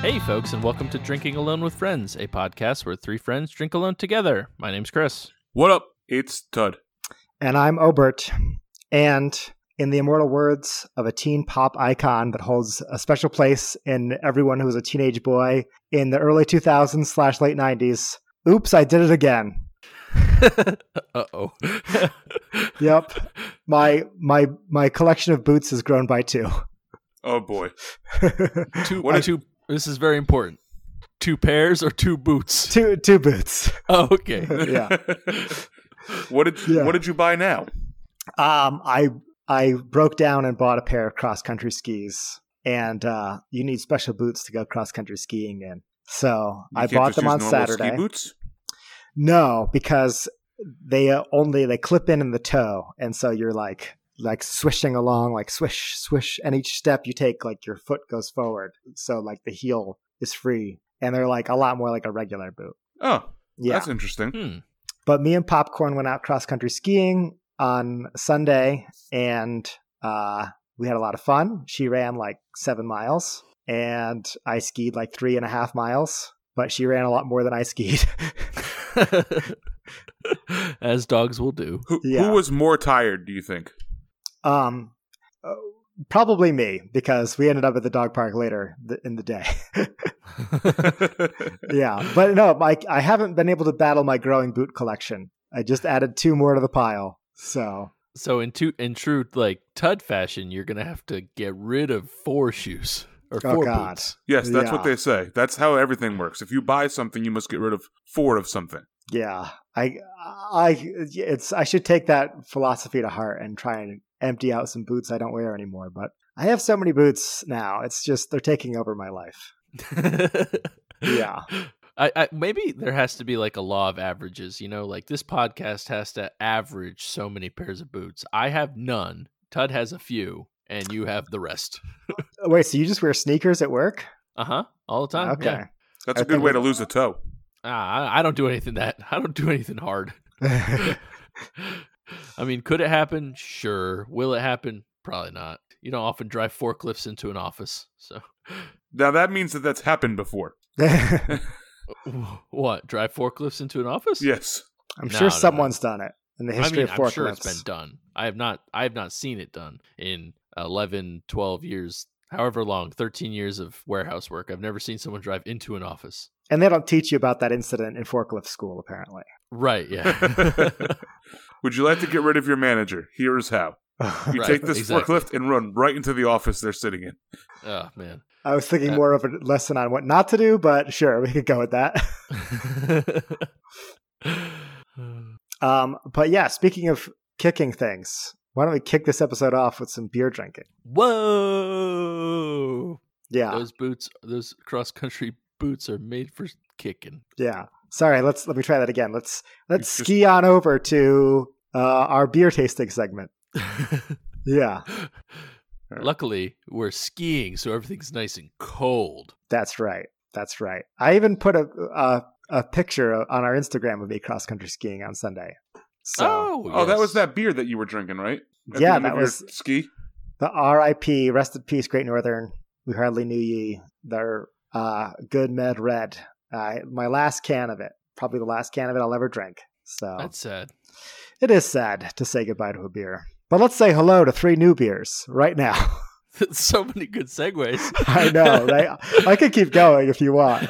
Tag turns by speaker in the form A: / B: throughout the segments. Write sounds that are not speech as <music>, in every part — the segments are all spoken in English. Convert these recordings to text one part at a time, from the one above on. A: Hey, folks, and welcome to Drinking Alone with Friends, a podcast where three friends drink alone together. My name's Chris.
B: What up? It's Tud.
C: And I'm Obert. And in the immortal words of a teen pop icon that holds a special place in everyone who was a teenage boy in the early 2000s slash late 90s, oops, I did it again.
A: uh oh.
C: Yep.
B: <laughs>
C: My my my collection of boots has grown by two. <laughs>
B: Oh boy.
A: <laughs> two,
B: What
A: uh,
B: is-
A: two, this is very important. Two pairs or two
C: <laughs>
A: boots?
C: two two boots.
A: Oh, okay.
C: yeah.
B: <laughs> what did
C: Yeah.
B: what did you buy now?
C: Um, I I broke down and bought a pair of cross country skis, and uh, you need special boots to go cross country skiing in. So
B: You
C: I
B: can't
C: bought
B: just
C: them
B: use
C: on
B: normal
C: Saturday.
B: Ski boots?
C: No, because they uh, only they clip in in the toe, and so you're like like swishing along, like swish swish, and each step you take, like your foot goes forward, so like the heel is free, and they're like a lot more like a regular boot.
B: Oh,
C: Yeah.
B: that's interesting.
A: <laughs> Hmm. <laughs>
C: But me and Popcorn went out cross country skiing on Sunday and uh, we had a lot of fun. She ran like seven miles and I skied like three and a half miles, but she ran a lot more than I skied. <laughs>
A: As dogs will do.
B: Who,
C: Yeah.
B: who was more tired? Do you
C: <laughs>
B: think?
C: um, uh, probably me because we ended up at the dog park later th- in the day. <laughs> yeah. But no, I, I haven't been able to battle my growing boot collection. I just added two more to the pile. So,
A: so in two in true like Tud fashion, you're gonna have to get rid of four shoes or
C: Oh,
A: four
C: God.
A: boots.
B: yes, that's what
C: Yeah.
B: they say. That's how everything works. If you buy something, you must get rid of four of something.
C: Yeah, I, I, it's I should take that philosophy to heart and try and empty out some boots I don't wear anymore. But I have so many boots now; it's just they're taking over my life. <laughs> Yeah.
A: I, I maybe there has to be like a law of averages, you know, like this podcast has to average so many pairs of boots. I have none. Tud has a few, and you have the rest.
C: Uh, Wait, so you just wear sneakers at work?
A: Uh huh. All the time.
C: okay.
A: Yeah.
B: That's
C: I
B: a good
C: think
B: way
C: it-
B: to lose a toe.
A: Ah, I, I don't do anything that <laughs> I don't do anything hard.
C: <laughs>
A: I mean, could it happen? Sure. Will it happen? Probably not. You don't often drive forklifts into an office. So <laughs>
B: Now that means that that's happened before.
A: what? Drive forklifts into an office?
B: Yes.
C: I'm
A: No, no, no.
C: sure someone's done it in the history
A: I mean,
C: of forklifts.
A: I'm sure it's been done. I have not I have not seen it done in 11, 12 years, however long, 13 years of warehouse work. I've never seen someone drive into an office.
C: and they don't teach you about that incident in forklift school, apparently.
A: Right, yeah.
B: Would you like to get rid of your manager? Here is how. You
A: Right,
B: take this
A: exactly.
B: forklift and run right into the office they're sitting in.
A: oh, man.
C: I was thinking
A: Uh,
C: more of a lesson on what not to do, but sure, we could go with that. <laughs> Um, but yeah, speaking of kicking things, why don't we kick this episode off with some beer drinking?
A: Whoa.
C: Yeah,
A: Those boots, those cross country boots are made for kicking.
C: yeah. Sorry, let's let me try that again. Let's let's
B: It's just-
C: ski on over to uh, our beer tasting segment. Yeah,
A: Luckily, we're skiing, so everything's nice and cold.
C: that's right. That's right. I even put a a, a picture on our Instagram of me cross country skiing on Sunday. So
A: oh,
B: Oh, that was
A: yes.
B: that beer that you were drinking, right? the
C: Yeah,
B: end of
C: that
B: your
C: was-
B: ski.
C: the R.I.P. Rest in peace, Great Northern. We hardly knew ye. Their uh, good med red. Uh, my last can of it, probably the last can of it I'll ever drink. So
A: That's sad.
C: It is sad to say goodbye to a beer. But let's say hello to three new beers right now. <laughs>
A: <laughs> so many good segues.
C: I know,
B: <laughs>
C: right? I could keep going if
A: <laughs>
C: you want.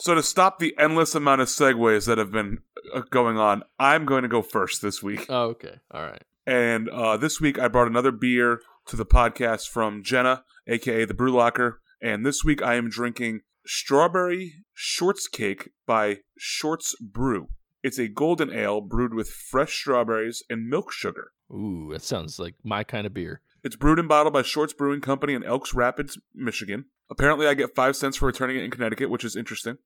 B: So to stop the endless amount of segues that have been uh, going on, I'm going to go first this week.
A: oh, okay. All right.
B: And uh, this week I brought another beer to the podcast from Jenna, aka the Brew Locker. And this week I am drinking Strawberry Shorts Cake by Shorts Brew. It's a golden ale brewed with fresh strawberries and milk sugar.
A: Ooh, that sounds like my kind of beer.
B: It's brewed and bottled by Shorts Brewing Company in Elks Rapids, Michigan. Apparently, I get five cents for returning it in Connecticut, which is interesting.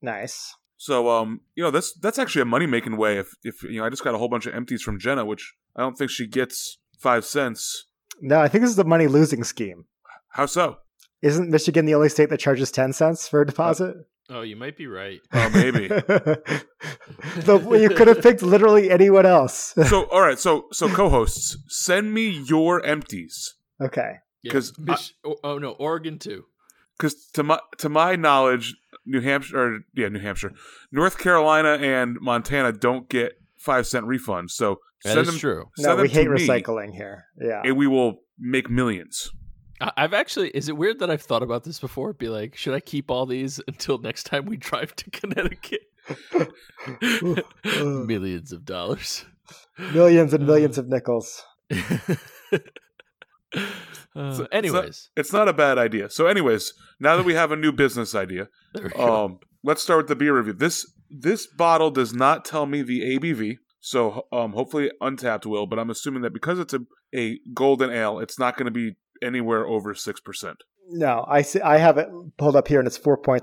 C: Nice.
B: So, um, you know, that's that's actually a money making way. If if you know, I just got a whole bunch of empties from Jenna, which I don't think she gets five cents.
C: No, I think this is the money losing scheme.
B: How so?
C: Isn't Michigan the only state that charges 10 cents for a deposit?
A: Oh, you might be right.
B: Oh, Uh,
A: <laughs>
B: maybe.
C: <laughs> the, you could have picked literally anyone else.
B: so, all right. So, so co-hosts, send me your empties.
C: okay.
A: Yeah.
B: 'Cause I-
A: Mich- oh, oh, no, Oregon too.
B: because to my to my knowledge, New Hampshire or yeah, New Hampshire, North Carolina and Montana don't get five cent refunds. So
A: That
B: send
A: is
B: them,
A: true.
B: send
C: No,
B: them
C: we hate
B: to me,
C: recycling here. Yeah.
B: and we will make millions.
A: I- I've actually. Is it weird that I've thought about this before? Be like, should I keep all these <laughs> until next time we drive to Connecticut?
C: <laughs> Ooh, ooh.
A: Millions of dollars. <laughs>
C: <laughs> millions and millions of nickels.
A: Uh,
B: so-
A: anyways,
B: It's not a bad idea. So, anyways, now that we have a new business idea,
A: there we
C: Oh.
A: go.
B: um, let's start with the beer review. This this bottle does not tell me the ABV, so um, hopefully Untapped will. But I'm assuming that because it's a a golden ale, it's not going to be anywhere over six percent.
C: No, I see, I have it pulled up here and it's 4.3.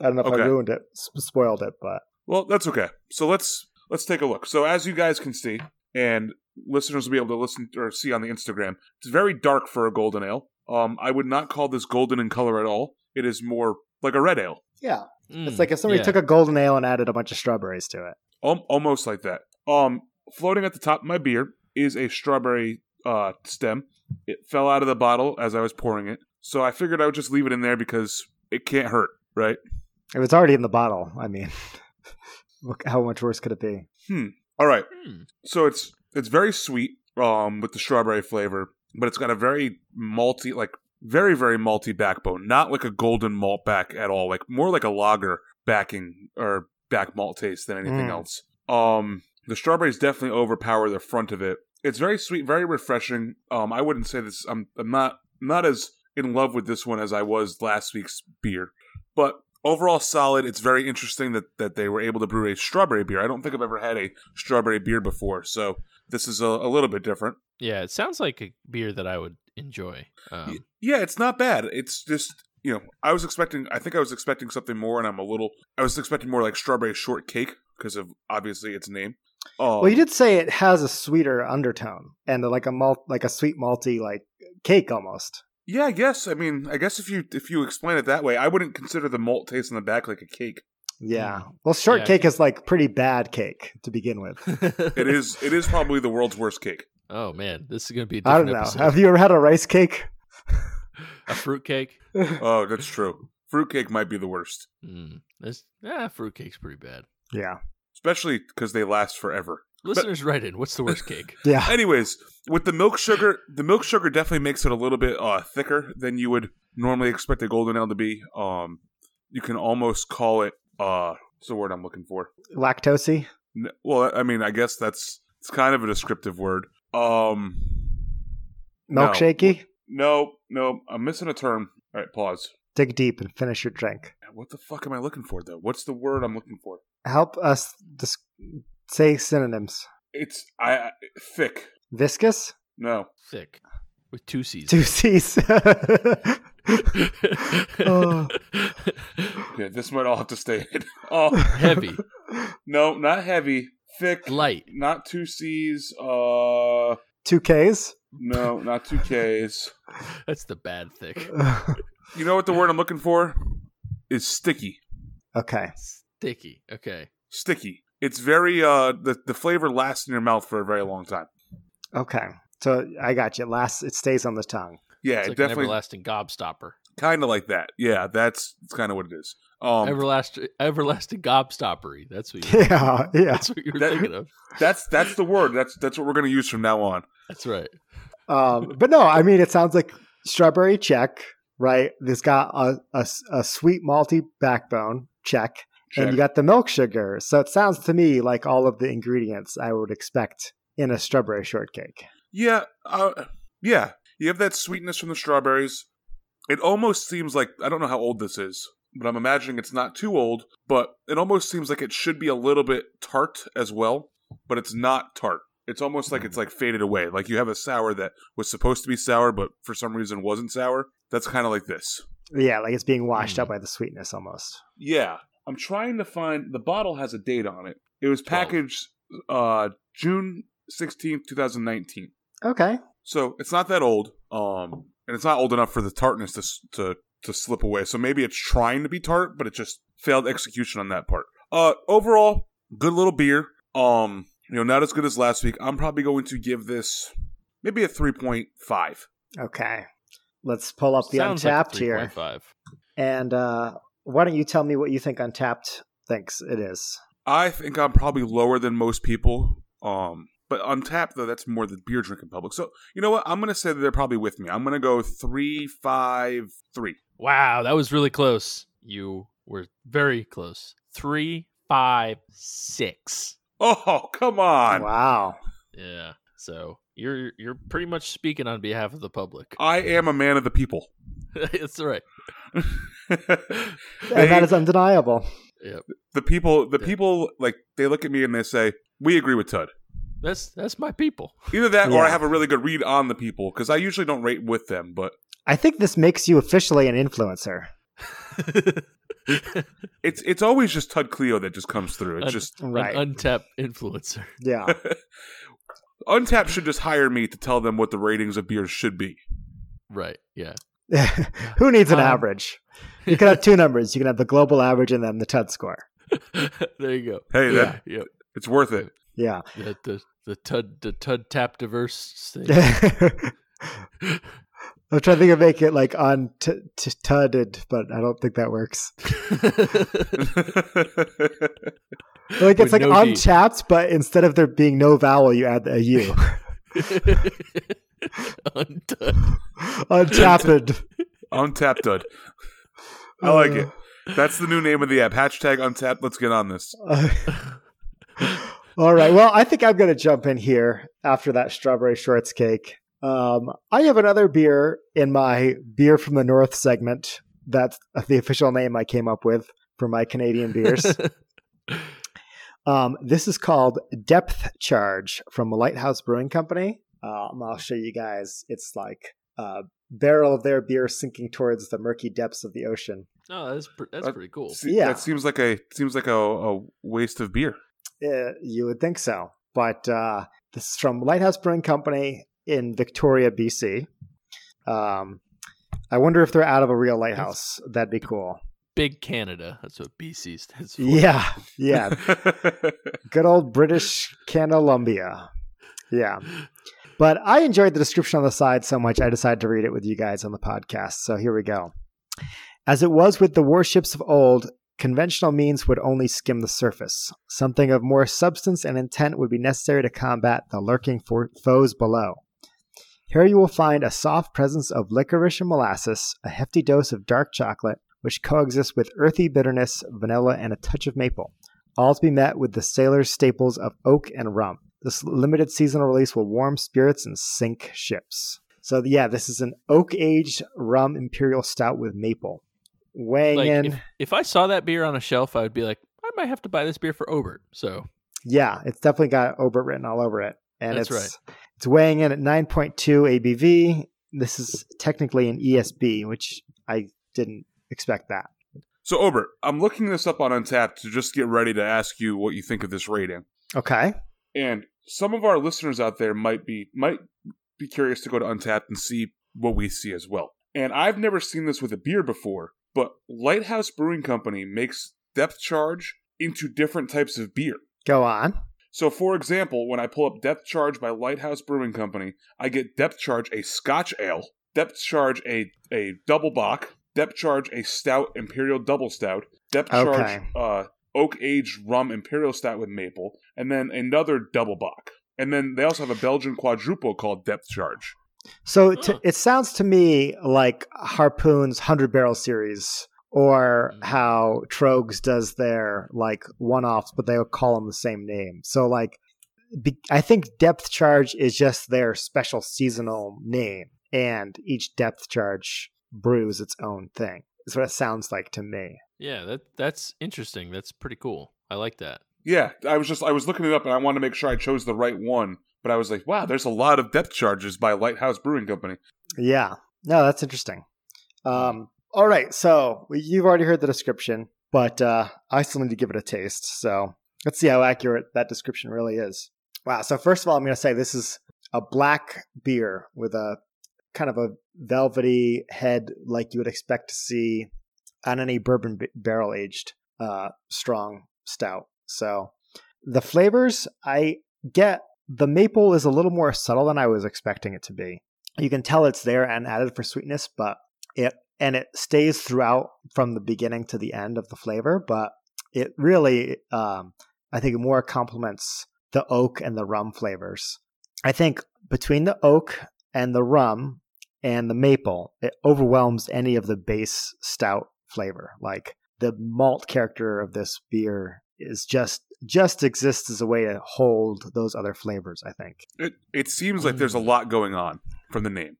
C: I don't know if
B: Okay.
C: I ruined it, sp- spoiled it, but
B: Well, that's okay. So let's let's take a look. So as you guys can see, and listeners will be able to listen or see on the Instagram, it's very dark for a golden ale. Um, I would not call this golden in color at all. It is more like a red ale,
C: yeah. It's
A: Mm,
C: like if somebody
A: yeah.
C: took a golden ale and added a bunch of strawberries to it.
B: Al almost like that. Um, floating at the top of my beer is a strawberry uh, stem. It fell out of the bottle as I was pouring it, so I figured I would just leave it in there because it can't hurt, right?
C: It was already in the bottle. I mean, <laughs> look, how much worse could it be?
B: All right.
A: Mm,
B: So it's it's very sweet, um, with the strawberry flavor, but it's got a very malty, like very very malty backbone. Not like a golden malt back at all. Like more like a lager backing or back malt taste than anything
C: Mm.
B: else. Um, the strawberries definitely overpower the front of it. It's very sweet, very refreshing. Um, I wouldn't say this. I'm I'm not not as in love with this one as I was last week's beer, but overall solid. It's very interesting that that they were able to brew a strawberry beer. I don't think I've ever had a strawberry beer before, so this is a, a little bit different.
A: yeah, it sounds like a beer that I would enjoy.
C: <laughs>
A: Um,
B: Yeah, it's not bad. It's just you know I was expecting. I think I was expecting something more, and I'm a little. I was expecting more like strawberry shortcake because of obviously its name. Oh,
C: Well, you did say it has a sweeter undertone and uh, like a malt, like a sweet malty, like cake almost.
B: Yeah, I guess. I mean, I guess if you if you explain it that way, I wouldn't consider the malt taste on the back like a cake.
C: Yeah. Well, shortcake is like pretty bad cake to begin with.
B: It is. it is probably the world's worst cake.
A: Oh man, this is gonna be. A
C: I
A: different
C: don't know.
A: Episode.
C: Have you ever had a rice cake? <laughs>
A: a fruitcake.
B: Oh, that's true. Fruitcake might be the worst,
A: Mm, this ah, fruitcake's pretty bad.
C: Yeah.
B: especially because they last forever.
A: Listeners, write in. What's the worst cake?
C: Yeah.
B: Anyways, with the milk sugar, the milk sugar definitely makes it a little bit uh, thicker than you would normally expect a golden ale to be. Um, you can almost call it uh, what's the word I'm looking for?
C: Lactosey.
B: N- Well, I mean, I guess that's it's kind of a descriptive word. Um, No.
C: Milkshakey.
B: no, no, I'm missing a term. All right, pause.
C: Dig deep and finish your drink.
B: What the fuck am I looking for though? What's the word I'm looking for?
C: Help us dis- say synonyms.
B: It's I I- thick.
C: Viscous?
B: No,
A: Thick with two C's. <laughs>
B: <laughs>
C: Two C's. Oh.
B: yeah, this might all have to stay <laughs> in. Oh,
A: Heavy,
B: no, not heavy, thick,
C: <laughs>
A: light.
B: not two C's. Uh,
C: Two K's? <laughs>
B: no, not two K's.
A: That's the bad thick.
B: You know what the word I'm looking for is sticky.
C: okay.
A: Sticky. Okay.
B: Sticky. It's very uh the the flavor lasts in your mouth for a very long time.
C: Okay. So I got you. It lasts it stays on the tongue.
B: Yeah,
A: It's
B: it
A: like an
B: definitely
A: everlasting gobstopper.
B: kind of like that. Yeah, that's, that's kind of what it is. Um,
A: everlasting, everlasting gobstoppery. That's what you.
C: <laughs> Yeah. Yeah.
A: that's what you were
B: That-
A: thinking of.
B: that's that's the word. That's that's what we're gonna use from now on.
A: That's right.
C: Um, but no, I mean, it sounds like strawberry check, right? It's got a, a s- a sweet malty backbone check, and you
B: Check.
C: got the milk sugar. So it sounds to me like all of the ingredients I would expect in a strawberry shortcake.
B: Yeah, uh, yeah. You have that sweetness from the strawberries. It almost seems like I don't know how old this is, but I'm imagining it's not too old. But it almost seems like it should be a little bit tart as well, but it's not tart. It's almost like it's like faded away. Like you have a sour that was supposed to be sour, but for some reason wasn't sour. That's kind of like this.
C: Yeah, like it's being washed out
A: Mm.
C: by the sweetness almost.
B: Yeah, I'm trying to find the bottle has a date on it. It was
A: Twelve.
B: packaged uh, June 16th, 2019.
C: Okay.
B: So it's not that old, um, and it's not old enough for the tartness to s- to to slip away. So maybe it's trying to be tart, but it just failed execution on that part. Uh, overall, good little beer. Um, you know, not as good as last week. I'm probably going to give this maybe a three point five.
C: Okay. Let's pull up the
A: Sounds
C: untapped
A: like a
C: here.
A: 3.5.
C: And uh, why don't you tell me what you think Untapped thinks it is?
B: I think I'm probably lower than most people. Um, but Untapped though, that's more the beer drinking public. So you know what? I'm gonna say that they're probably with me. I'm gonna go three, five, three.
A: Wow, that was really close. You were very close. Three, five, six.
B: Oh, <laughs> come
A: <laughs>
B: on!
C: Wow.
A: Yeah. So you're you're pretty much speaking on behalf of the public.
B: I am a man of the people.
A: <laughs> That's right.
B: <laughs> They-
C: And that is undeniable.
B: the people. The
A: Yeah.
B: people like they look at me and they say, "We agree with Tud."
A: That's that's my people. <laughs>
B: Either that, or I
C: Yeah.
B: have a really good read on the people because I usually don't rate with them. But
C: I think this makes you officially an influencer.
A: An
B: it's it's always just Tud Cleo that just comes through. It's
A: Un-
B: just
C: Right.
A: untapped influencer. <laughs>
C: yeah. <laughs>
B: Untapped should just hire me to tell them what the ratings of beers should be.
A: Right. Yeah. <laughs>
C: Who needs an
A: Um,
C: average? You can have two numbers. You can have the global average and then the TUD score.
A: there you go.
B: Hey,
A: yeah.
B: that,
A: Yep.
B: it's worth it.
A: <laughs>
C: Yeah. <laughs>
A: The, the the tud the tud tap diverse thing.
B: <laughs>
A: <laughs>
C: I'm trying to think of make it like on t- t- tudded, but I don't think that works. Like
A: With
C: it's like
A: no D.
C: untapped, but instead of there being no vowel, you add a U. <laughs>
A: Untud.
C: untapped.
B: Untapped Dud. I like
C: Uh,
B: it. That's the new name of the app. Hashtag Untapped. Let's get on this.
C: uh, all right. Well, I think I'm going to jump in here after that strawberry shorts cake. Um, I have another beer in my beer from the north segment. That's the official name I came up with for my Canadian beers.
A: <laughs>
C: Um, this is called Depth Charge from Lighthouse Brewing Company. Um, I'll show you guys. It's like a barrel of their beer sinking towards the murky depths of the ocean.
A: No, that's pr- that's
B: Uh,
A: pretty cool.
B: Se-
C: Yeah.
B: That seems like a seems like a, a waste of beer.
C: Uh, you would think so, but uh, this is from Lighthouse Brewing Company in Victoria, BC. Um, I wonder if they're out of a real lighthouse. That'd be cool.
A: Big Canada. That's what BC stands for.
C: Yeah,
B: <laughs>
C: yeah. Good old British Canalumbia. Yeah. But I enjoyed the description on the side so much, I decided to read it with you guys on the podcast. So here we go. As it was with the warships of old, conventional means would only skim the surface. Something of more substance and intent would be necessary to combat the lurking for- foes below. Here you will find a soft presence of licorice and molasses, a hefty dose of dark chocolate, which coexists with earthy bitterness, vanilla, and a touch of maple all to be met with the sailor's staples of oak and rum. This limited seasonal release will warm spirits and sink ships. So yeah, this is an oak aged rum imperial stout with maple. Weighing
A: Like
C: in,
A: if, if I saw that beer on a shelf, I would be like, I might have to buy this beer for Obert. So
C: yeah, it's definitely got Obert written all over it, and
A: That's
C: it's it's weighing in at 9.2 ABV. This is technically an ESB, which I didn't expect that.
B: so Obert, I'm looking this up on Untapped to just get ready to ask you what you think of this rating.
C: Okay,
B: And some of our listeners out there might be might be curious to go to Untapped and see what we see as well. And I've never seen this with a beer before, but Lighthouse Brewing Company makes depth charge into different types of beer.
C: go on.
B: So for example, when I pull up Depth Charge by Lighthouse Brewing Company, I get Depth Charge a Scotch ale, Depth Charge a a double bock, Depth Charge a stout Imperial double stout, Depth Charge
C: Okay.
B: uh, oak aged rum Imperial stout with maple, and then another double bock. And then they also have a Belgian quadruple called Depth Charge.
C: So t-
A: Huh.
C: it sounds to me like Harpoon's 100 Barrel series or
A: Mm.
C: how Trogs does their like one-offs but they call them the same name. So like be- I think depth charge is just their special seasonal name and each depth charge brews its own thing. Is what it sounds like to me.
A: yeah, that that's interesting. That's pretty cool. I like that.
B: Yeah, I was just I was looking it up and I wanted to make sure I chose the right one, but I was like, wow, there's a lot of depth charges by Lighthouse Brewing Company.
C: Yeah. No, that's interesting. Um all right, so you've already heard the description, but uh, I still need to give it a taste. So let's see how accurate that description really is. Wow. So first of all, I'm going to say this is a black beer with a kind of a velvety head, like you would expect to see on any bourbon b- barrel aged uh, strong stout. So the flavors I get, the maple is a little more subtle than I was expecting it to be. You can tell it's there and added for sweetness, but It and it stays throughout from the beginning to the end of the flavor, but it really, um, I think, more complements the oak and the rum flavors. I think between the oak and the rum and the maple, it overwhelms any of the base stout flavor. Like the malt character of this beer is just just exists as a way to hold those other flavors. I think.
B: It it seems like there's a lot going on from the name.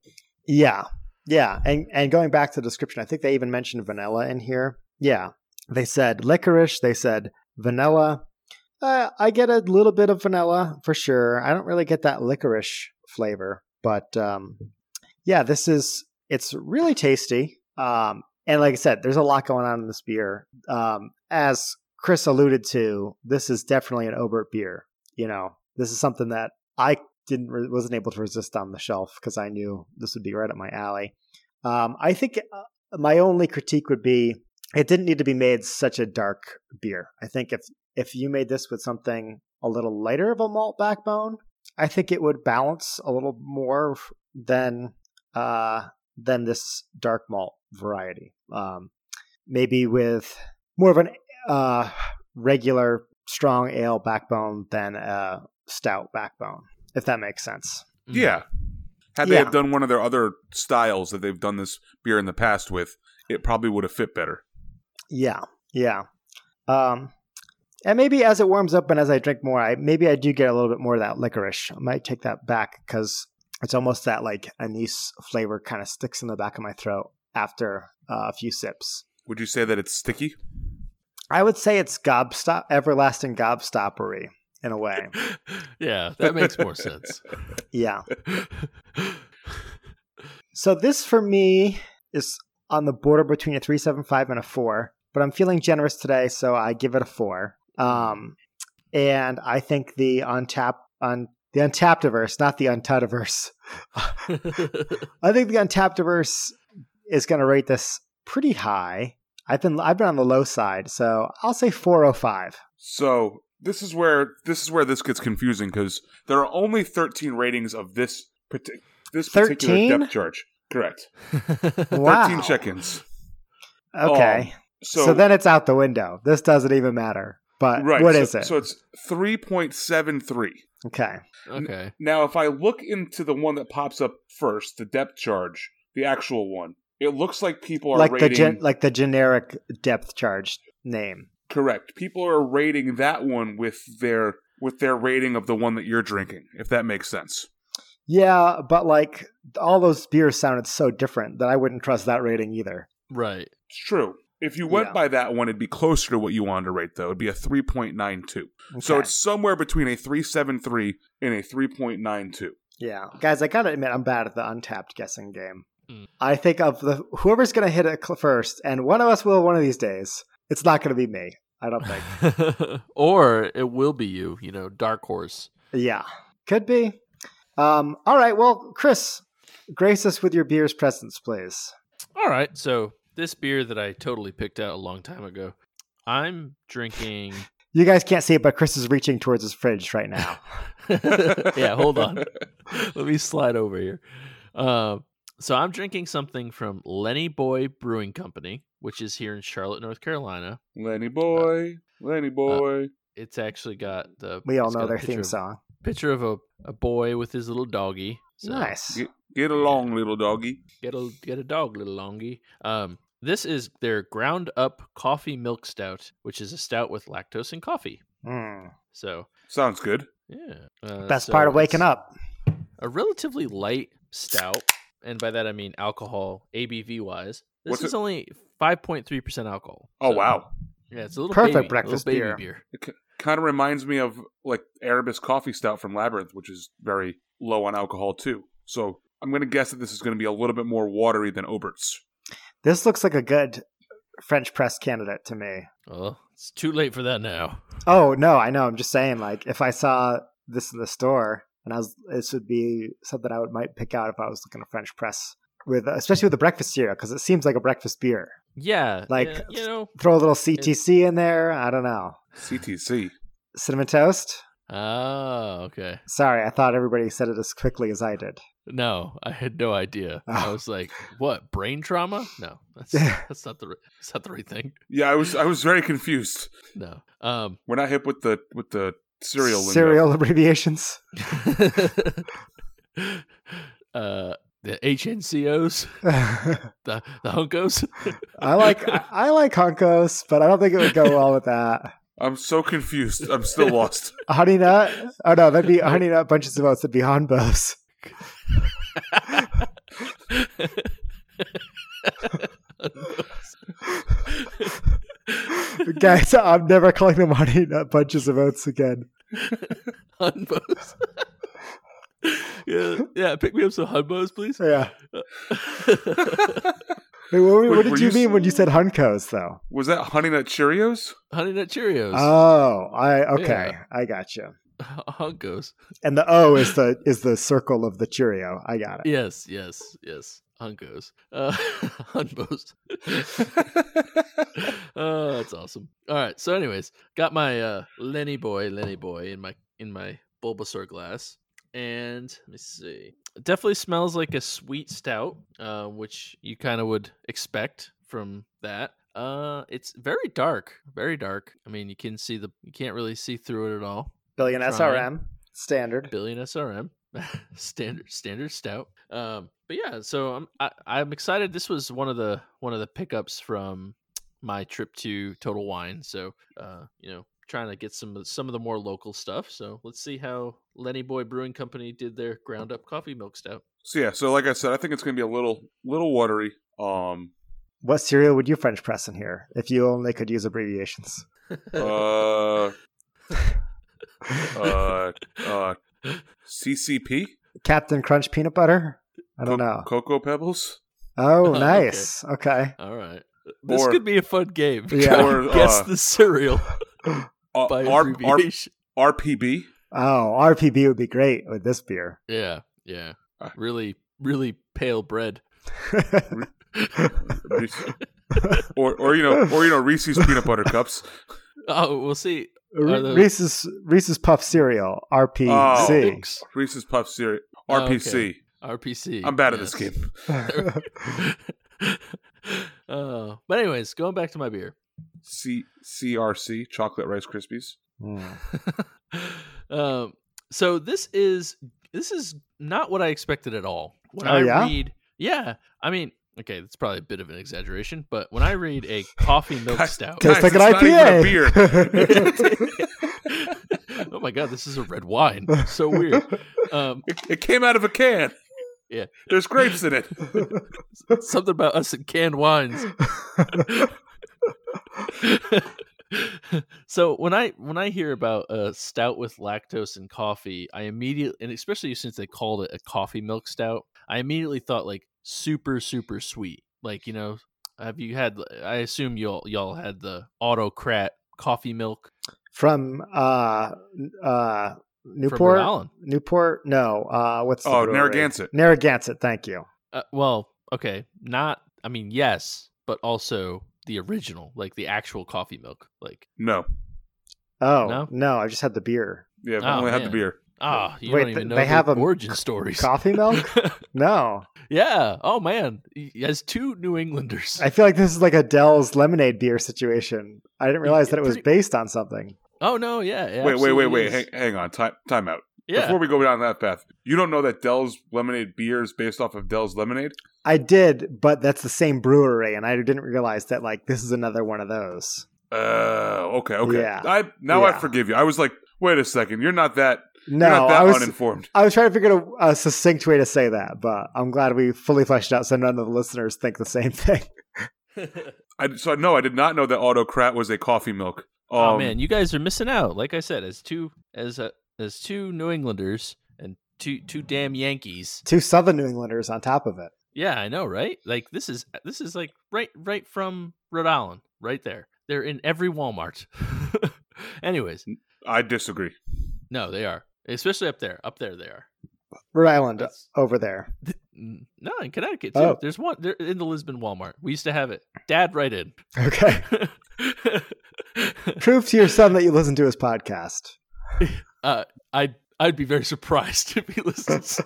C: Yeah, yeah, and and going back to the description, I think they even mentioned vanilla in here. Yeah, they said licorice. They said vanilla. Uh, I get a little bit of vanilla for sure. I don't really get that licorice flavor, but um, yeah, this is it's really tasty. Um, and like I said, there's a lot going on in this beer. Um, as Chris alluded to, this is definitely an Obert beer. You know, this is something that I didn't re- wasn't able to resist on the shelf because I knew this would be right up my alley. Um, I think uh, my only critique would be it didn't need to be made such a dark beer. I think if if you made this with something a little lighter of a malt backbone, I think it would balance a little more than uh, than this dark malt variety. Um, maybe with more of an uh, regular strong ale backbone than a stout backbone if that makes sense.
A: Mm.
B: Yeah. Had they
C: Mm-hmm. Yeah.
B: have done one of their other styles that they've done this beer in the past with, it probably would have fit better.
C: Yeah, yeah. Um, and maybe as it warms up and as I drink more, I maybe I do get a little bit more of that licorice. I might take that back because it's almost that like anise flavor kind of sticks in the back of my throat after uh, a few sips.
B: Would you say that it's sticky?
C: I would say it's gobstop, everlasting gobstoppery in a way.
A: <laughs> yeah, that makes more sense.
B: <laughs>
C: Yeah. So this for me is on the border between a 375 and a 4, but I'm feeling generous today, so I give it a 4. Um and I think the untapped on the untappediverse, not the untutiverse. I think the untappediverse is going to rate this pretty high. I've been I've been on the low side, so I'll say 405.
B: So this is where this is where this gets confusing because there are only thirteen ratings of this parti- this particular
C: 13?
B: depth charge. Correct. <laughs>
C: Wow.
B: Thirteen check-ins.
C: Okay.
B: So,
C: so then it's out the window. This doesn't even matter. But
B: right.
C: what
B: so,
C: is it?
B: So it's three point seven three.
C: okay.
A: <laughs> okay.
B: Now, if I look into the one that pops up first, the depth charge, the actual one, it looks like people are
C: like
B: rating
C: the gen- like the generic depth charge name.
B: correct. People are rating that one with their with their rating of the one that you're drinking, if that makes sense.
C: Yeah, but like all those beers sounded so different that I wouldn't trust that rating either.
A: Right.
B: It's true. If you went
C: Yeah.
B: by that one, it'd be closer to what you wanted to rate, though. It'd be a 3.92. So
C: Okay.
B: it's somewhere between a 3.73 and a 3.92.
C: yeah, guys, I gotta admit I'm bad at the untapped guessing game.
A: Mm.
C: I think of the whoever's gonna hit it cl- first, and one of us will one of these days. It's not gonna be me. I don't
A: <laughs>
C: think.
A: or it will be you, you know, Dark Horse.
C: yeah, could be. Um, all right, well, Chris, grace us with your beer's presence, please.
A: All right. So, this beer that I totally picked out a long time ago, I'm drinking.
C: You guys can't see it, but Chris is reaching towards his fridge right now.
A: <laughs> yeah, hold on. <laughs> Let me slide over here. Um, so, I'm drinking something from Lenny Boy Brewing Company, which is here in Charlotte, North Carolina.
B: Lenny boy, Lenny boy.
A: It's actually got the.
C: We all
A: it's
C: know
A: got a
C: their
A: picture
C: theme
A: of-
C: song.
A: Picture of a, a boy with his little doggy. So,
C: nice.
B: Get, get along, little doggy.
A: get a get a dog, little longy. Um, this is their ground up coffee milk stout, which is a stout with lactose and coffee.
C: Mm.
A: So
B: Sounds good.
A: yeah, uh,
C: Best
A: so
C: part of waking
A: it's
C: up.
A: A relatively light stout, and by that I mean alcohol ABV wise. This
B: What's
A: is
B: it-
A: only five point three percent alcohol.
B: Oh,
A: So,
B: wow.
A: Yeah, it's a little
C: Perfect
A: baby- little
C: breakfast
A: baby
C: beer.
A: beer.
B: Kind of reminds me of like Erebus coffee stout from Labyrinth, which is very low on alcohol, too. So I'm going to guess that this is going to be a little bit more watery than Obert's.
C: This looks like a good French press candidate to me.
A: Well, it's too late for that now.
C: Oh no, I know. I'm just saying, like, if I saw this in the store, and I was, this would be something I would might pick out if I was looking at French press with, especially with the breakfast cereal, because it seems like a breakfast beer.
A: Yeah,
C: Like-
A: yeah, you know,
C: Throw a little CTC in there. I don't know,
B: CTC.
C: cinnamon toast.
A: Oh, okay.
C: Sorry, I thought everybody said it as quickly as I did.
A: No, I had no idea. I
C: <laughs> Oh.
A: was like, "What? Brain trauma? No, that's <laughs> that's not the ri- that's not the right thing.
B: Yeah, I was I was very confused.
A: No."
C: <laughs>
A: Um, <laughs>
B: We're not hip with the with the serial lingo.
C: Serial abbreviations. <laughs>
A: uh, the HNCOs,
C: I
A: the the hunkos.
C: like I, I like Hunkos, but I don't think it would go well with that.
B: I'm so confused. I'm
C: <laughs>
B: still lost.
C: A honey nut? Oh no,
B: <laughs>
C: that'd be a honey nut bunches of oats. That'd be Honbos.
B: <laughs>
C: Guys, I'm never calling them honey nut bunches of oats again.
A: Hunbos. <laughs> yeah, yeah. Pick me up some hunbos, please. <laughs>
C: Yeah. Wait, what,
B: Wait,
C: what did
B: were
C: you,
B: you
C: mean
B: s-
C: when you said Hunkos though?
B: Was that Honey Nut Cheerios?
A: Honey Nut Cheerios.
C: Oh, I okay,
A: Yeah.
C: I got you.
A: hunkos.
C: And the O is the is the circle of the Cheerio. I got it.
A: Yes, yes, yes. Hunkos. Uh, <laughs> hunbos. oh, that's awesome. All right. So, anyways, got my uh, Lenny boy, Lenny boy, in my in my Bulbasaur glass, and let me see. It definitely smells like a sweet stout, uh, which you kind of would expect from that. Uh, it's very dark, very dark. I mean, you can see the you can't really see through it at all.
C: Billion
A: Try.
C: SRM standard.
A: Billion SRM, <laughs> standard standard stout. Um, but yeah, so I'm I, I'm excited. This was one of the one of the pickups from my trip to Total Wine. So uh, you know, trying to get some of some of the more local stuff. So let's see how Lenny Boy Brewing Company did their ground up coffee milk stout.
B: So yeah, so like I said, I think it's gonna be a little little watery.
C: <laughs>
B: Um
C: What cereal would you French press in here if you only could use abbreviations?
B: uh uh uh CCP?
C: Captain Crunch peanut butter? I don't
B: Co-
C: know.
B: Cocoa Pebbles?
C: Oh,
A: <laughs> Okay.
C: nice. Okay.
A: <laughs> All right. This
B: Or-
A: could be a fun
B: <laughs>
A: game.
C: Yeah.
B: Or,
A: <laughs> guess
B: uh,
A: the
B: <laughs>
A: cereal
B: Uh,
A: by
B: R- R-
A: abbreviation.
B: RPB?
A: <laughs>
C: Oh, RPB would be great with this beer.
A: yeah, yeah.
B: Uh.
A: Really, really pale bread.
B: Reese- or or you know or you know Reese's peanut butter cups.
A: Oh, we'll see.
C: Re-
A: those-
C: Reese's Reese's Puff cereal,
B: Oh.
C: <laughs> RPC.
A: Thanks.
B: Reese's Puff cereal.
A: Oh, okay.
B: RPC.
A: RPC.
B: I'm bad at
A: yes.
B: this game.
A: <laughs> uh, but anyways, going back to my beer. <laughs>
B: C CRC chocolate rice krispies.
C: Hmm.
A: um, so this is this is not what I expected at all. When
C: Oh,
A: I
C: yeah?
A: read, yeah, I mean, okay, that's probably a bit of an exaggeration, but when I read a
B: <laughs>
A: coffee milk
B: Guys,
A: stout,
C: <laughs> Tastes like an
B: it's not even a
C: IPA.
A: <laughs> oh my god, this is a red wine. So weird.
C: <laughs>
A: Um,
B: It, it came out of a can.
A: Yeah.
B: There's grapes in
A: <laughs>
B: it.
A: something about us and canned wines. <laughs> so when I when I hear about a stout with lactose and coffee, I immediately and especially since they called it a coffee milk stout, I immediately thought like super super sweet. Like you know, have you had? I assume y'all y'all had the autocrat coffee milk
C: From uh, n- uh,
A: from Rhode
C: Newport.
A: Island.
C: Newport? No. Uh, what's the
B: Oh,
C: brewery?
B: Narragansett.
C: Narragansett. Thank you.
A: Uh, well, okay, not. I mean, yes, but also the original, like the actual coffee milk, like
B: No.
C: Oh
A: No?
C: no, I just had the beer.
B: Yeah,
A: Oh,
B: I only had
A: man.
B: the beer.
A: ah, you
C: Wait,
A: don't even
C: th-
A: know
C: they
A: the
C: have a
A: origin stories. <laughs>
C: Coffee milk? no,
A: Yeah. Oh man, Y- as two New Englanders.
C: I feel like this is like a Dell's lemonade beer situation. I didn't realize that it was
A: Pretty-
C: based on something.
A: oh no, yeah. it
B: wait, wait,
A: absolutely
B: wait, wait.
A: is.
B: Hang, hang on. Time, time out.
A: yeah.
B: Before we go down that path, you don't know that Dell's lemonade beer is based off of Dell's lemonade?
C: I did, but that's the same brewery, and I didn't realize that like this is another one of those.
B: Uh, okay, okay.
C: Yeah.
B: I Now I
C: Yeah.
B: forgive you. I was like, wait a second. You're not that,
C: No,
B: you're not that
C: I was
B: uninformed.
C: I was trying to figure out a, a succinct way to say that, but I'm glad we fully fleshed out so none of the listeners think the same <laughs> thing.
B: I, so, no, I did not know that Autocrat was a coffee milk. Um,
A: <laughs> oh man, you guys are missing out. Like I said, as two as uh, as two New Englanders and two two damn Yankees.
C: Two Southern New Englanders on top of it.
A: Yeah, I know, right? Like this is this is like right right from Rhode Island, right there. They're in every Walmart. <laughs> Anyways,
B: I disagree.
A: no, they are. Especially up there. Up there they are.
C: Rhode Island
A: That's-
C: over there.
A: N- No, in Connecticut too.
C: uh Oh.
A: There's one. They're in the Lisbon Walmart. We used to have it. Dad, right in.
B: <laughs>
C: Okay. Prove to your son that you listen to his podcast.
A: Uh, I'd <laughs> I'd be very surprised if he listens.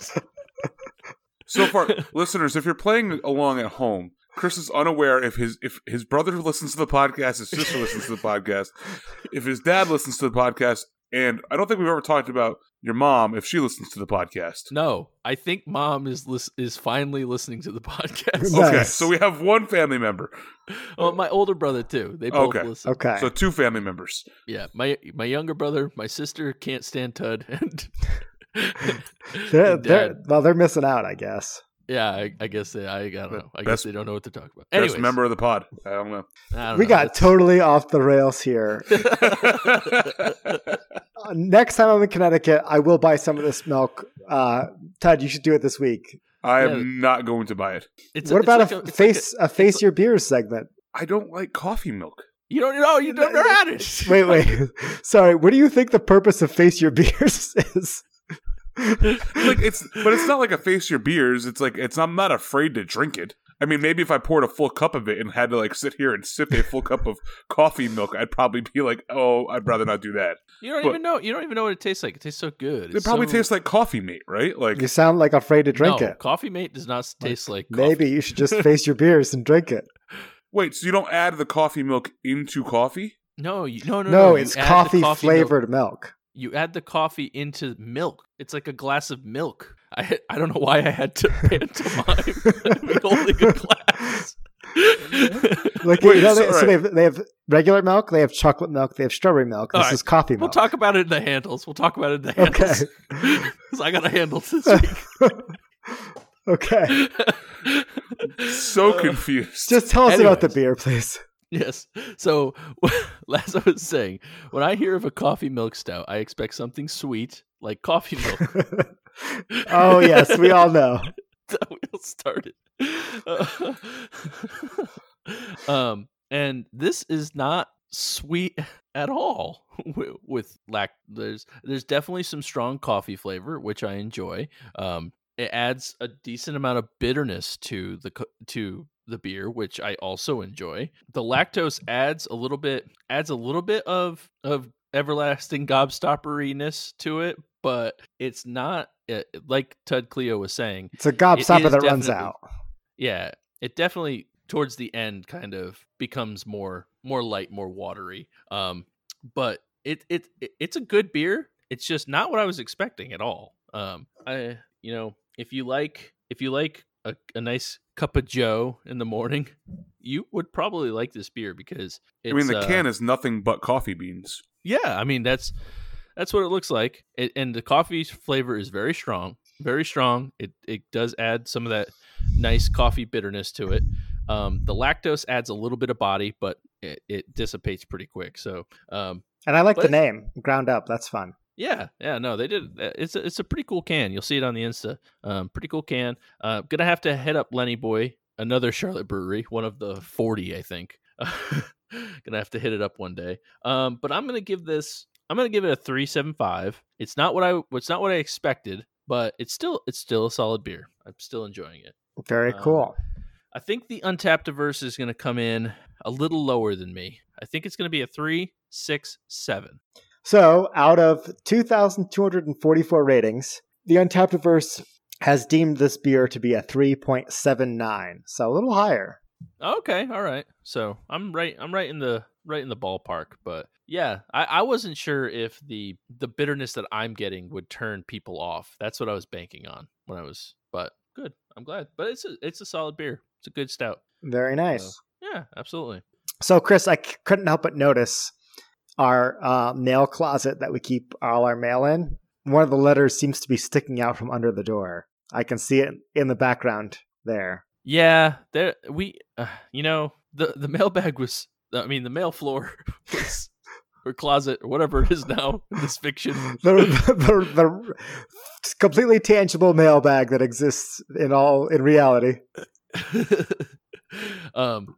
B: So far,
A: <laughs>
B: listeners, if you're playing along at home, Chris is unaware if his if his brother listens to the podcast, his sister listens to the podcast,
A: <laughs>
B: if his dad listens to the podcast, and I don't think we've ever talked about your mom if she listens to the podcast.
A: no, I think mom is lis- is finally listening to the podcast.
C: No.
B: Okay,
C: Nice.
B: so we have one family member,
A: <laughs> Oh, my older brother too. They both
B: Okay.
A: listen.
C: Okay.
B: so two family members.
A: Yeah, my my younger brother, my sister can't stand Tud, <laughs> and
C: they're,
A: and
C: they're,
A: Dad.
C: well, they're missing out, I guess.
A: yeah, I, I guess they, I, I don't know. I guess
B: Best-
A: they don't know what to talk about.
B: Best
A: Anyways,
B: member of the pod. I don't know.
A: I don't
C: We
A: know. <laughs>
C: got
A: That's-
C: totally off the rails here.
A: <laughs>
C: Uh, Next time I'm in Connecticut, I will buy some of this milk. Uh, Todd, you should do it this week.
B: <laughs> I
A: Yeah.
B: am not going to buy it.
A: It's
C: what
A: it's
C: about
A: like
C: a,
A: it's like
C: face a face your beers segment?
B: I don't like coffee milk.
A: you don't know. You never had it.
C: <laughs> Wait, wait. Sorry. What do you think the purpose of face your <laughs> beers is?
B: Like it's, but it's not like a face your beers. It's like it's. I'm not afraid to drink it. I mean, maybe if I poured a full cup of it and had to like sit here and sip a full cup of coffee milk, I'd probably be like, "Oh, I'd rather not do that."
A: <laughs> You don't
B: But-
A: even know. You don't even know what it tastes like. It tastes so good.
B: It probably
A: so,
B: tastes like coffee mate, right? Like
C: You sound like afraid to drink
A: no,
C: it.
A: Coffee Mate does not taste like coffee.
C: Maybe you
A: <laughs>
C: should just face your beers and drink it.
B: Wait, so you don't add the coffee milk into coffee?
A: No, you, no, no,
C: No,
A: no. you
C: it's
A: add the
C: coffee,
A: milk- <laughs>
C: flavored milk.
A: You add the coffee into milk. It's like a glass of milk. I I don't know why I had
C: <laughs>
A: to pantomime <laughs> I'm holding a
C: <laughs>
A: glass.
C: Like
B: Wait,
C: you know, they,
B: so-
C: so they have, they have regular milk, they have chocolate milk, they have strawberry milk. This
A: All right,
C: is coffee
A: We'll
C: milk.
A: talk about it in the handles. We'll talk about it in the
C: Okay. <laughs>
A: handles. <laughs> Because I got a handle this week.
C: okay,
B: So
A: Uh,
B: confused.
C: just tell us about the
A: Anyways.
C: beer, please.
A: <laughs> Yes. So, <laughs> as I was saying, when I hear of a coffee milk stout, I expect something sweet like coffee milk.
C: <laughs> oh yes, we
A: <laughs>
C: all know.
A: that wheel started. <laughs> Uh, um, and this is not sweet <laughs> at all. <laughs> With, with lack, there's there's definitely some strong coffee flavor, which I enjoy. Um, it adds a decent amount of bitterness to the co- to the beer, which I also enjoy. The lactose adds a little bit adds a little bit of of everlasting gobstopperiness to it, but it's not it, like Tud Cleo was saying.
C: It's a gobstopper
A: is
C: that runs
A: definitely-
C: out.
A: Yeah, it definitely towards the end kind of becomes more more light, more watery. Um, but it it, it it's a good beer. It's just not what I was expecting at all. Um, I you know if you like if you like a, a nice cup of Joe in the morning, you would probably like this beer because
B: I
A: <laughs> it's,
B: mean, the
A: uh,
B: can is nothing but coffee beans. <laughs>
A: yeah, I mean that's that's what it looks like, it, and the coffee flavor is very strong, very strong. It it does add some of that nice coffee bitterness to it. Um, the lactose adds a little bit of body, but it, it dissipates pretty quick. So um,
C: And I like the
A: But-
C: name, ground up. That's fun.
A: yeah, yeah, no, they did. uh, It's a, it's a pretty cool can. You'll see it on the Insta. Um, pretty cool can. Uh, gonna have to head up Lenny Boy, another Charlotte brewery, one of the forty, I think. <laughs> gonna have to hit it up one day. Um, but I'm gonna give this. I'm gonna give it a three seven five. It's not what I. It's not what I expected, but it's still. It's still a solid beer. I'm still enjoying it.
C: Very
A: Um,
C: cool.
A: I think the untapped diverse is gonna come in a little lower than me. I think it's gonna be a three six seven.
C: So, out of 2,244 ratings, the Untapped Universe has deemed this beer to be a 3.79, so a little higher.
A: Okay, all right. So I'm right. I'm right in the right in the ballpark. But yeah, I, I wasn't sure if the the bitterness that I'm getting would turn people off. That's what I was banking on when I was. But good. I'm glad. But it's a it's a solid beer. It's a good stout.
C: Very nice.
A: Yeah, absolutely.
C: So, Chris, I c- couldn't help but notice our uh, mail closet that we keep all our mail in. One of the letters seems to be sticking out from under the door. I can see it in the background there.
A: Yeah, there we. Uh, you know the <laughs> the mailbag was. I mean the mail floor <laughs> was or closet or whatever it is now in this fiction.
C: <laughs> the, the, the completely tangible mailbag that exists in all in reality.
A: <laughs> um,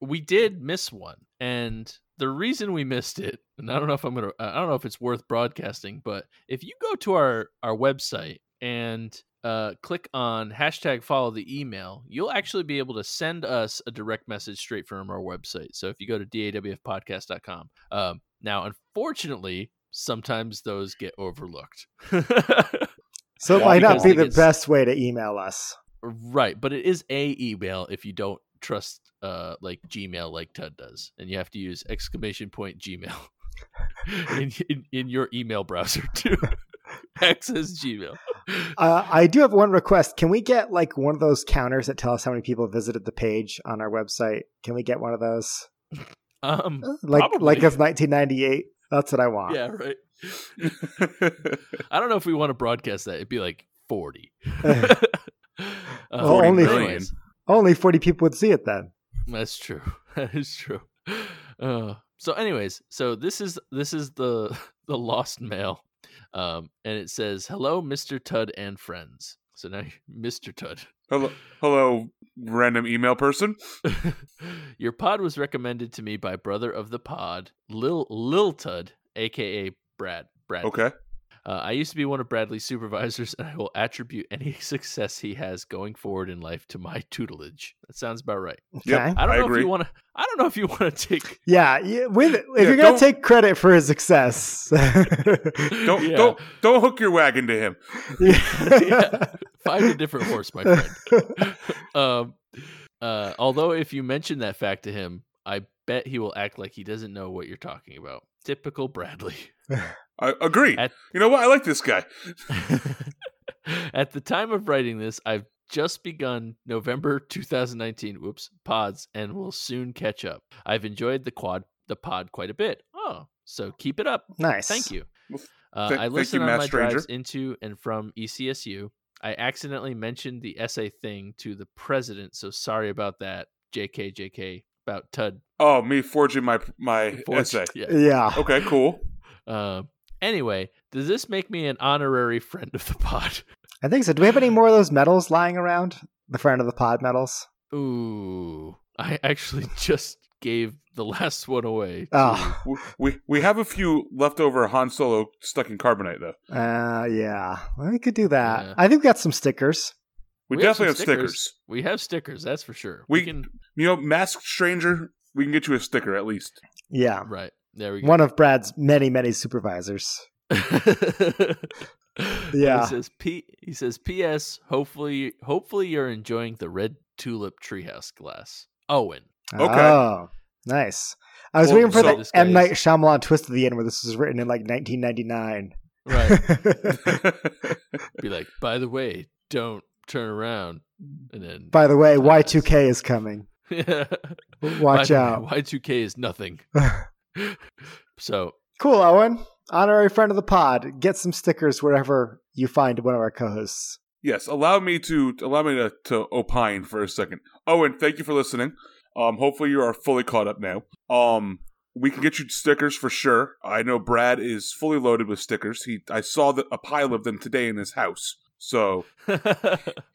A: we did miss one, and the reason we missed it, and I don't know if I'm gonna, I don't know if it's worth broadcasting, but if you go to our our website and uh, click on hashtag follow the email, you'll actually be able to send us a direct message straight from our website. So if you go to dawfpodcast.com, um, now unfortunately sometimes those get overlooked. <laughs>
C: So it
D: Yeah,
C: might not
A: because
C: be
A: it
C: the
A: gets-
C: best way to email us.
A: right, but it is a email if you don't trust uh like Gmail like Ted does, and you have to use exclamation point Gmail <laughs> in, in in your email browser <laughs> to access Gmail.
C: Uh, I do have one request. Can we get like one of those counters that tell us how many people visited the page on our website? Can we get one of those? Uh,
A: Um,
C: Like
A: Probably.
C: like of 1998. That's what I want.
A: yeah, right. I don't know if we want to broadcast that. It'd be like forty. <laughs> Uh,
C: Well,
A: 40
C: only-
A: million.
C: <laughs> Only 40 people would see it then.
A: That's true. <laughs> That is true. Uh, so, anyways, so this is this is the <laughs> the lost mail, um, and it says, "Hello, Mister Tud and friends." So now, <laughs> Mister Tud,
B: hello, hello, random email person.
A: <laughs> your pod was recommended to me by brother of the pod, Lil Lil Tud, aka Brad. Brad.
B: Okay.
A: Uh, I used to be one of Bradley's supervisors, and I will attribute any <laughs> success he has going forward in life to my tutelage. That sounds about right.
B: Yep.
C: Okay.
A: I don't
B: I
A: know if
B: agree.
A: you want to. I don't know if you want to <laughs> take.
C: Yeah, yeah, with if
B: Yeah,
C: you're gonna
B: don't-
C: take credit for his success, <laughs>
B: Don't
A: Yeah.
B: don't don't hook your wagon to him.
A: <laughs>
C: <laughs>
A: yeah. <laughs> Find a different horse, my friend. <laughs> um, uh, although, if you mention that fact to him, I bet he will act like he doesn't know what you're talking about. Typical Bradley. <laughs>
B: I agree.
A: At-
B: you know what? I like this guy.
A: At the time of writing this, I've just begun November 2019. Whoops, pods, and will soon catch up. I've enjoyed the quad, the pod quite a bit. Oh, so keep it up.
C: nice.
A: Thank you.
B: Well,
A: Uh,
B: thank-
A: I
B: thank
A: listen
B: you,
A: on
B: Matt
A: my
B: Stranger.
A: drives into and from E ECSU. I accidentally mentioned the essay thing to the president, so sorry about that. JK, JK, about
B: <laughs>
A: Tud.
B: Oh, me forging my my
A: Forge.
B: essay.
A: Yeah.
C: Yeah.
B: Okay, cool.
A: Uh, anyway, does this make me an honorary friend of the pod? <laughs>
C: I think so. Do we have any more of those medals lying around? The front of the pod medals?
A: Ooh, I actually <laughs> just gave the last one away.
C: Oh,
B: We, we we have a few leftover Han Solo stuck in carbonite though.
C: uh, yeah. Well, we could do that.
A: Yeah.
C: I think we got some stickers.
B: We,
A: We have
B: definitely have
A: some
B: stickers.
A: stickers. We have stickers, that's for sure.
B: We-
A: can
B: You know, masked stranger. We can get you a sticker at least. <laughs>
C: Yeah.
B: um,
A: right there. We go.
C: One of Brad's many, many supervisors.
A: <laughs>
C: Yeah.
A: He says P he says PS hopefully hopefully you're enjoying the red tulip treehouse glass. Owen.
B: Okay.
C: Oh, nice. I was
B: Well,
C: waiting for
B: so-
C: the
A: This guy
C: M.
A: is-
C: Night Shyamalan twist at the end where this was written in like 1999.
A: Right. Be like, by the way, don't turn around. And then
C: <laughs> By the way, Y2K is coming.
A: <laughs> By
C: Watch
A: the way,
C: out.
A: Y2K is
C: <laughs>
A: nothing. so
C: Cool, Owen. Honorary friend of the pod. Get some stickers wherever you find one of our co hosts.
B: yes, allow me to allow me to, to opine for a second. Owen, thank you for listening. Um, hopefully you are fully caught up now. Um, we can get you stickers for sure. I know Brad is fully loaded with stickers. He I saw the, a pile of them today in his house. So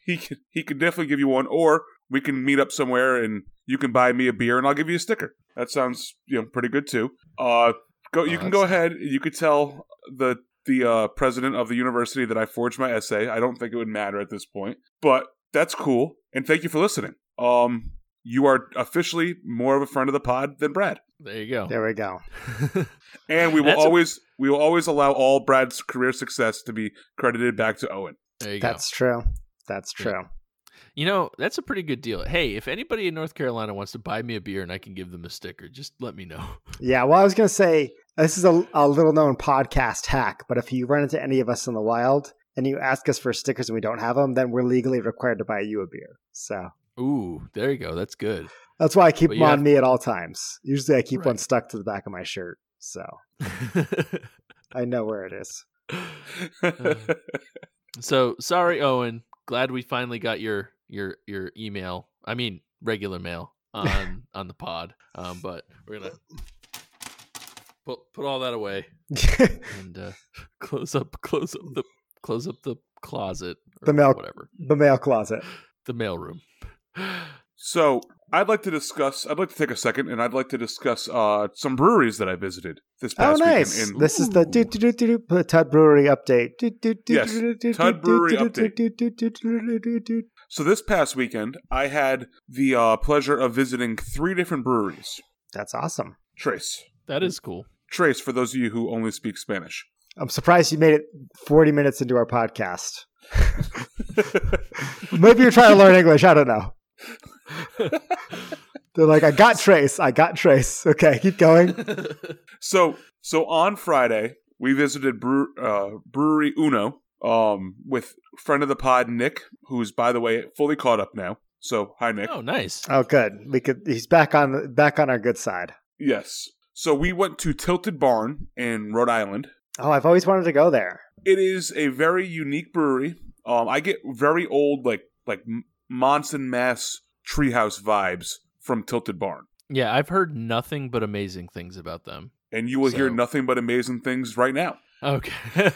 B: he can he can definitely give you one, or we can meet up somewhere and you can buy me a beer and I'll give you a sticker. That sounds you know pretty good too. Uh, go you
A: Oh, that's-
B: can go ahead. You could tell the the uh, president of the university that I forged my essay. I don't think it would matter at this point, but that's cool. And thank you for listening. Um, you are officially more of a friend of the pod than Brad,
A: Oh, there you go.
C: There we go.
B: and we will
A: That's a-
B: always we will always allow all Brad's career success to be credited back
A: <laughs>
B: to Owen.
A: There you go.
C: That's true. That's
A: Yeah.
C: true.
A: You know, that's a pretty good deal. Hey, if anybody in North Carolina wants to buy me a beer and I can give them a sticker, just let me know. <laughs>
C: Yeah, well, I was going to say this is a, a little known podcast hack, but if you run into any of us in the wild and you ask us for stickers and we don't have them, then we're legally required to buy you a beer. So
A: Ooh, there you go. That's good.
C: that's why I keep
A: But
C: them
A: you
C: on
A: have-
C: me at all times. Usually I keep one
A: Right.
C: stuck to the back of my shirt. So I know where it is.
A: <laughs> so sorry, Owen. Glad we finally got your your your email. I mean, regular mail
C: <laughs>
A: on on the pod. Um, but we're gonna put put all that away
C: the
A: and uh, <laughs> close up close up the close up the closet. or
C: The mail-
A: whatever
C: mail closet.
A: the mail room. <sighs>
B: So I'd like to discuss. I'd like to take a second, and I'd like to discuss uh, some breweries that I visited this
C: Oh,
B: past
C: nice.
B: weekend. in-
C: this is the
A: Ooh.
C: do, do, do, do, do, Todd Brewery update. Do, do, do,
B: Yes,
C: do, do,
B: Todd
C: do,
B: Brewery
C: do, do, do, do, do, do, do, do.
B: so this past weekend, I had the uh, pleasure of visiting three different breweries.
C: That's awesome.
B: Trace,
A: That is cool.
B: Trace, for those of you who only speak Spanish.
C: I'm surprised you made it 40 minutes into our podcast. Maybe you're trying to learn English. I don't know. They're like, I got Trace. I got Trace. Okay, keep going.
B: So, so on Friday, we visited Brew, uh, Brewery Uno um, with friend of the pod, Nick, who's, by the way, fully caught up now. So, hi, Nick.
A: oh, nice.
C: Oh, good. We could. He's back on back on our good side.
B: Yes. So, we went to Tilted Barn in Rhode Island.
C: Oh, I've always wanted to go there.
B: It is a very unique brewery. Um, I get very old, like like M- Monson, Mass treehouse vibes from Tilted Barn.
A: Yeah, I've heard nothing but amazing things about them.
B: and you will hear
A: So-
B: nothing but amazing things right now.
A: Okay.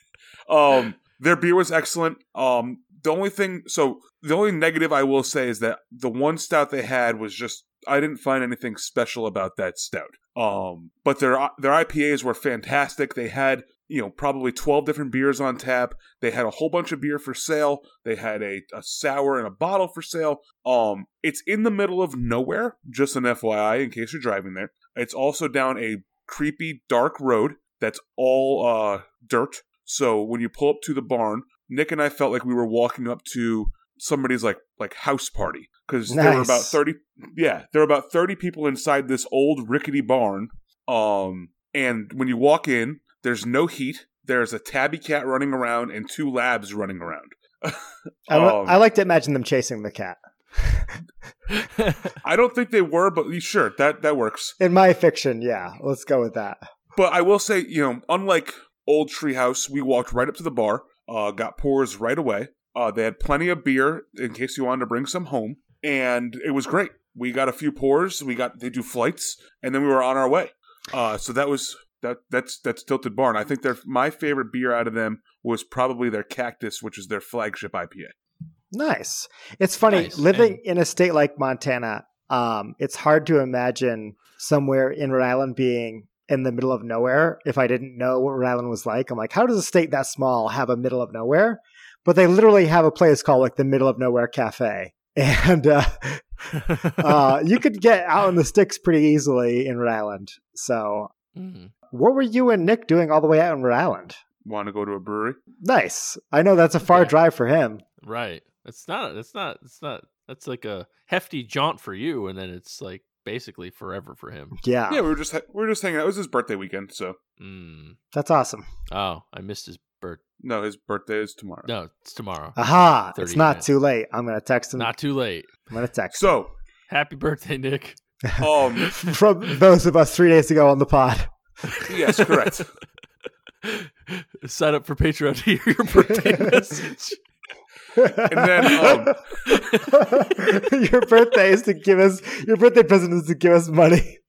A: <laughs>
B: Um, their beer was excellent. Um, the only thing, so the only negative I will say is that the one stout they had was just I didn't find anything special about that stout. Um, but their their IPAs were fantastic. They had you know probably twelve different beers on tap. They had a whole bunch of beer for sale. They had a, a sour and a bottle for sale. Um, it's in the middle of nowhere. Just an FYI, in case you're driving there. It's also down a creepy dark road that's all uh, dirt. So when you pull up to the barn, Nick and I felt like we were walking up to somebody's like like house party because there were
C: Nice.
B: about 30 yeah there were about 30 people inside this old rickety barn um and when you walk in there's no heat there's a tabby cat running around and two labs running around
C: I, li-
B: Um,
C: I like to imagine them chasing the cat.
B: i don't think they were but sure that that works
C: In my fiction, yeah, let's go with that.
B: But I will say, you know, unlike Old Treehouse, we walked right up to the bar, uh, got pours right away. Uh, they had plenty of beer in case you wanted to bring some home, and it was great. We got a few pours. We got they do flights, and then we were on our way. Uh, so that was that. That's that's Tilted Barn. I think their my favorite beer out of them was probably their Cactus, which is their flagship IPA.
C: Nice. It's funny
A: Nice,
C: living
A: and-
C: in a state like Montana. Um, it's hard to imagine somewhere in Rhode Island being in the middle of nowhere. If I didn't know what Rhode Island was like, I'm like, how does a state that small have a middle of nowhere? But they literally have a place called like the Middle of Nowhere Cafe, <laughs> and uh, <laughs>
A: <laughs>
C: uh, you could get out in the sticks pretty easily in Rhode Island. So,
A: Mm.
C: what were you and Nick doing all the way out in Rhode Island?
B: Want to go to a brewery?
C: Nice. I know that's a far
A: Yeah.
C: drive for him.
A: Right. That's not. That's not. It's not. That's like a hefty jaunt for you, and then it's like basically forever for him.
C: Yeah,
B: Yeah, we were just ha- we were just hanging out. It was his birthday weekend, so
A: Mm.
C: that's awesome.
A: Oh, I missed his birth.
B: no, his birthday is tomorrow.
A: No, it's tomorrow.
C: Aha!
A: 30
C: It's not
A: minutes.
C: too late. I'm gonna text him.
A: Not too late.
C: I'm gonna text
B: So,
A: Happy birthday, Nick.
B: um,
C: from those of us three days ago on the pod.
B: yes, correct.
A: <laughs> Sign up for Patreon to hear your birthday message.
C: And <laughs>
B: then, um,
C: your birthday is to give us your birthday present is to give us money.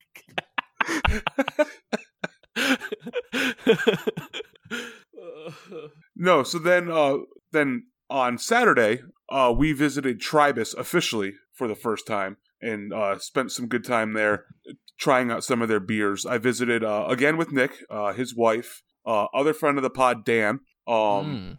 B: No, so then uh then on Saturday, uh we visited Tribus officially for the first time and uh spent some good time there trying out some of their beers. I visited uh again with Nick, uh his wife, uh other friend of the pod Dan, <laughs> um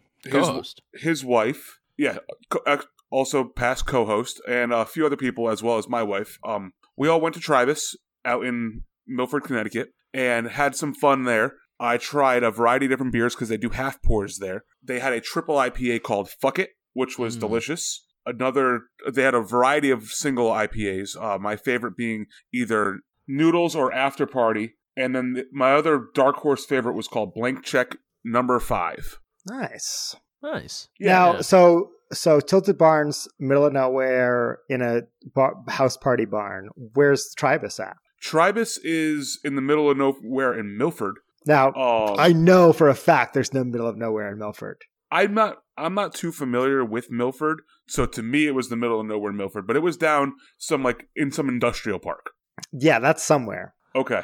A: Mm,
B: his
A: ghost.
B: his wife, yeah, co- ex- also past co-host, and a few other people as well as my wife. Um, we all went to Travis out in Milford, Connecticut, and had some fun there. I tried a variety of different beers because they do half pours there. They had a triple IPA called "Fuck It," which was
A: Mm.
B: delicious. Another, they had a variety of single IPAs. Uh, my favorite being either Noodles or After Party, and then th- my other dark horse favorite was called Blank Check Number Five.
C: Nice.
A: Nice.
C: now,
A: yeah.
C: so so tilted barns, middle of nowhere, in a bar, house party barn. Where's Tribus at?
B: Tribus is in the middle of nowhere in Milford.
C: Now,
B: Um,
C: I know for a fact there's no middle of nowhere in Milford.
B: I'm not I'm not too familiar with Milford, so to me it was the middle of nowhere Milford, but it was down some like in some industrial park.
C: Yeah, that's somewhere. <laughs>
B: Okay,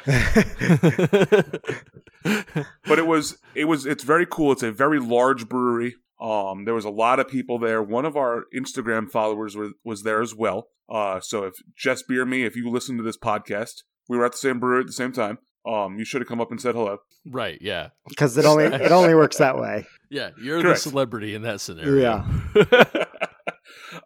B: but it was it was it's very cool. It's a very large brewery. Um, there was a lot of people there. One of our Instagram followers was, was there as well. Uh, so if Jess Beer me, if you listen to this podcast, we were at the same brewery at the same time. Um, you should have come up and said hello.
A: <laughs> right. Yeah.
C: Because it only it only works that way.
A: Yeah. You're
B: Correct.
A: the celebrity in that scenario.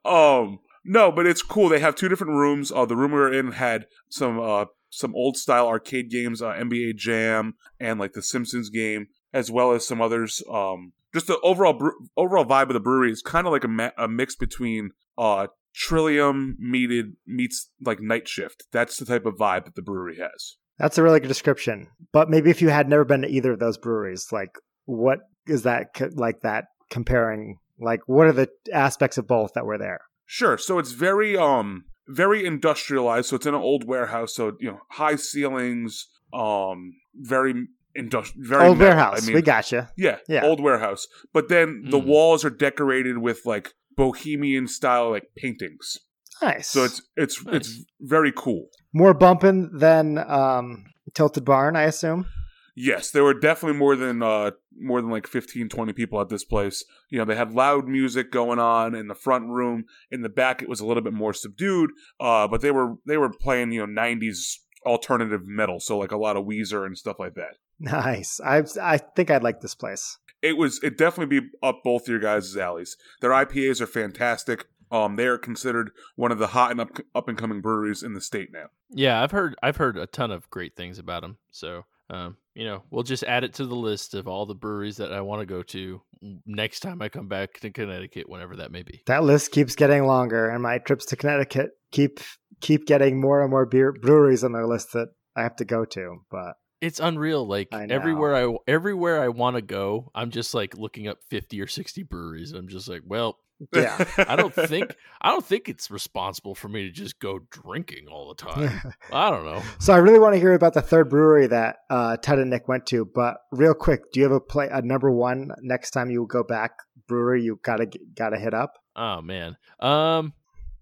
B: um no but it's cool they have two different rooms uh, the room we were in had some uh some old style arcade games, uh, NBA Jam, and like the Simpsons game, as well as some others. Um, just the overall bre- overall vibe of the brewery is kind of like a, ma- a mix between uh, Trillium meated meets like Night Shift. That's the type of vibe that the brewery has.
C: That's a really good description. But maybe if you had never been to either of those breweries, like what is that co- like that comparing? Like what are the aspects of both that were there?
B: Sure. So it's very um very industrialized. So it's in an old warehouse. So you know high ceilings. Um, very industrial. Very
C: Old
B: metal.
C: warehouse.
B: I mean,
C: we gotcha.
B: Yeah,
C: Yeah.
B: old warehouse. But then the
A: Mm.
B: walls are decorated with like bohemian style like paintings.
C: Nice.
B: So it's it's it's very cool.
C: more bumping than um, Tilted Barn, I assume. <laughs>
B: Yes, there were definitely more than uh more than like 15 20 people at this place. You know, they had loud music going on in the front room. In the back it was a little bit more subdued, uh but they were they were playing, you know, 90s alternative metal, so like a lot of Weezer and stuff like that.
C: Nice. I I think I'd like this place.
B: It was it definitely be up both your guys' alleys. Their IPAs are fantastic. Um they are considered one of the hot and up up and coming breweries in the state now.
A: <laughs> Yeah, I've heard I've heard a ton of great things about them. So, um, you know, we'll just add it to the list of all the breweries that I want to go to next time I come back to Connecticut, whenever that may be.
C: That list keeps getting longer, and my trips to Connecticut keep keep getting more and more beer breweries on their list that I have to go to.
B: <laughs>
C: But
A: It's unreal. Like
C: I
A: everywhere I everywhere I want to go, I'm just like looking up 50 or 60 breweries. And I'm just like, well,
C: yeah,
A: I don't think I don't think it's responsible for me to just go drinking all the
C: <laughs>
A: time. I don't know.
C: so I really want to hear about the third brewery that uh, Ted and Nick went to. But real quick, do you have a play a number one next time you go back brewery? You gotta gotta hit up
A: Oh man. Um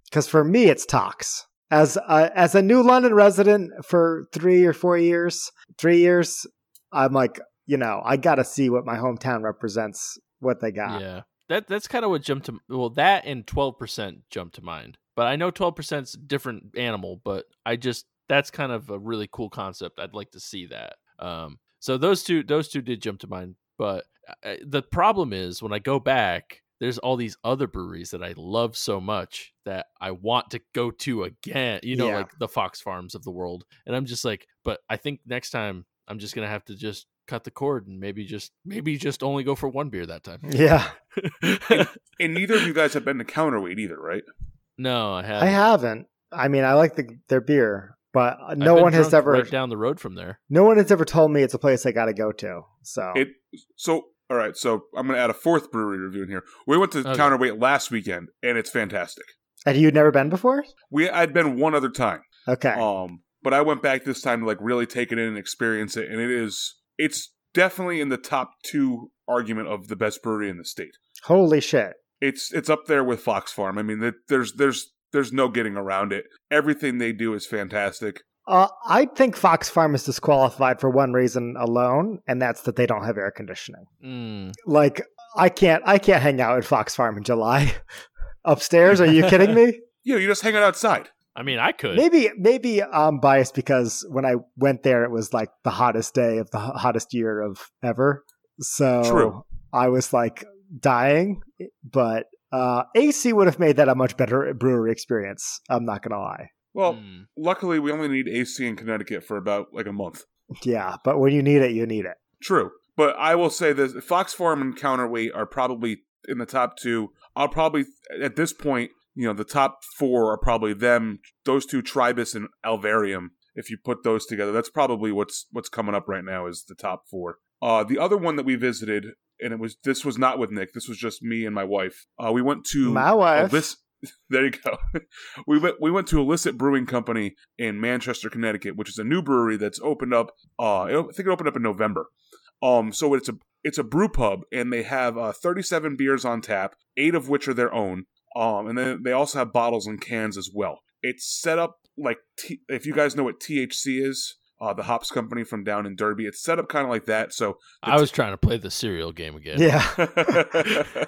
C: because for me it's Tox. As a, as a new London resident for three or four years, three years, I'm like you know I gotta see what my hometown represents, what they got.
A: Yeah, that that's kind of what jumped to well that and twelve percent jumped to mind. But I know twelve percent's a different animal, but I just that's kind of a really cool concept. I'd like to see that. Um, so those two those two did jump to mind, but I, the problem is when I go back. There's all these other breweries that I love so much that I want to go to again, you know,
C: Yeah.
A: like the Fox Farms of the world. And I'm just like, but I think next time I'm just going to have to just cut the cord and maybe just, maybe just only go for one beer that time.
C: <laughs> Yeah,
B: <laughs>
C: <laughs>
B: And neither of you guys have been to counterweight either, right?
A: no, I haven't.
C: I haven't. I mean, I like the, their beer, but
A: I've
C: no
A: been
C: one has
A: drunk
C: ever
A: right down the road from there.
C: no one has ever told me it's a place I got to go to. So
B: It- So, all right. So I'm going to add a fourth brewery review in here. We went to
A: Okay.
B: Counterweight last weekend, and it's fantastic.
C: and you'd never been before?
B: We I'd been one other time,
C: Okay,
B: um, but I went back this time to like really take it in and experience it, and it is it's definitely in the top two argument of the best brewery in the state.
C: holy shit!
B: It's it's up there with Fox Farm. I mean, that there's there's there's no getting around it. Everything they do is fantastic.
C: Uh, I think Fox Farm is disqualified for one reason alone, and that's that they don't have air conditioning.
A: Mm.
C: Like I can't I can't hang out at Fox Farm in July. <laughs> Upstairs? Are you kidding me?
B: You know, you just hang out outside.
A: I mean, I could.
C: Maybe maybe I'm biased because when I went there, it was like the hottest day of the ho- hottest year of ever. So
B: True.
C: I was like dying, but uh, AC would have made that a much better brewery experience. I'm not gonna lie.
B: Well,
A: Mm.
B: luckily we only need AC in Connecticut for about like a month.
C: Yeah, but when you need it, you need it.
B: True. But I will say this Fox Farm and Counterweight are probably in the top two. I'll probably, at this point, you know, the top four are probably them, those two, Tribus and Alvarium. If you put those together, that's probably what's what's coming up right now is the top four. Uh, the other one that we visited, and it was this was not with Nick. This was just me and my wife. Uh, we went to
C: My wife.
B: Elis- <laughs> there you go. we went we went to Illicit Brewing Company in Manchester, Connecticut, which is a new brewery that's opened up. Uh, I think it opened up in November. Um, so it's a it's a brew pub, and they have uh, 37 beers on tap, eight of which are their own. Um, and then they also have bottles and cans as well. It's set up like T- if you guys know what THC is, uh, the hops company from down in Derby. It's set up kind of like that. So
A: I was trying to play the cereal game again.
C: Yeah.
B: <laughs>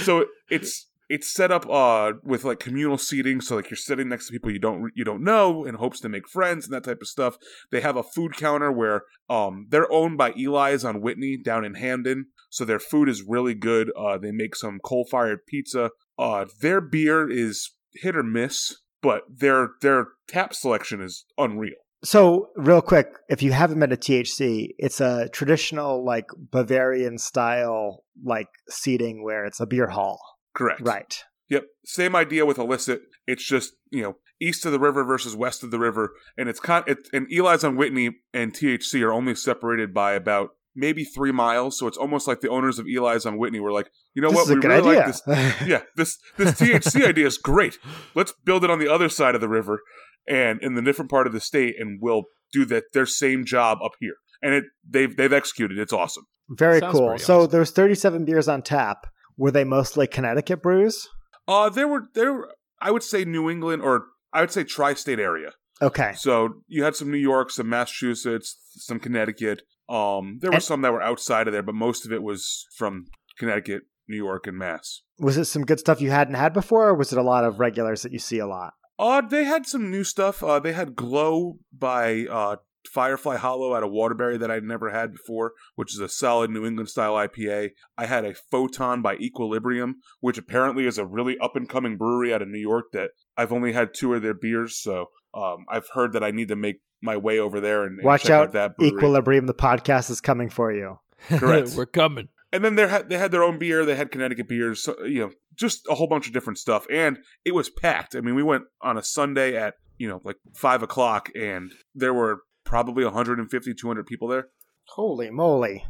B: so it's it's set up uh with like communal seating so like you're sitting next to people you don't you don't know in hopes to make friends and that type of stuff they have a food counter where um they're owned by eli's on whitney down in hamden so their food is really good uh they make some coal fired pizza uh their beer is hit or miss but their their tap selection is unreal.
C: So, real quick, if you haven't been to THC, it's a traditional like Bavarian style like seating where it's a beer hall.
B: Correct.
C: Right.
B: Yep. Same idea with illicit. It's just you know east of the river versus west of the river, and it's con. It, and Eli's on Whitney and THC are only separated by about maybe three miles. So it's almost like the owners of Eli's on Whitney were like, you know
C: this
B: what,
C: is a
B: we
C: good
B: really like
C: idea. <laughs>
B: this. <laughs> Yeah, this this THC idea is great. Let's build it on the other side of the river and in the different part of the state, and we'll do that their same job up here. And it they've they've executed. It's awesome.
C: Very
A: Sounds
C: cool.
A: pretty
C: So
A: awesome.
C: there's 37 beers on tap. Were they mostly Connecticut brews?
B: Uh, there were there were- I would say New England or I would say tri-state area.
C: Okay.
B: So you had some New York, some Massachusetts, some Connecticut. Um, there were
C: And-
B: some that were outside of there, but most of it was from Connecticut, New York, and Mass.
C: Was it some good stuff you hadn't had before, or was it a lot of regulars that you see a lot?
B: Uh, they had some new stuff. Uh, they had Glow by uh, Firefly Hollow out of Waterbury that I'd never had before, which is a solid New England style IPA. I had a Photon by Equilibrium, which apparently is a really up and coming brewery out of New York that I've only had two of their beers, so um, I've heard that I need to make my way over there and, and
C: Watch
B: check
C: out,
B: that brewery.
C: Equilibrium, the podcast is coming for you.
B: Correct.
A: <laughs> We're coming.
B: and then they had they had their own beer. They had Connecticut beers, so, you know, just a whole bunch of different stuff. And it was packed. I mean, we went on a Sunday at you know like five o'clock, and there were probably 150, 200 people there.
C: Holy moly.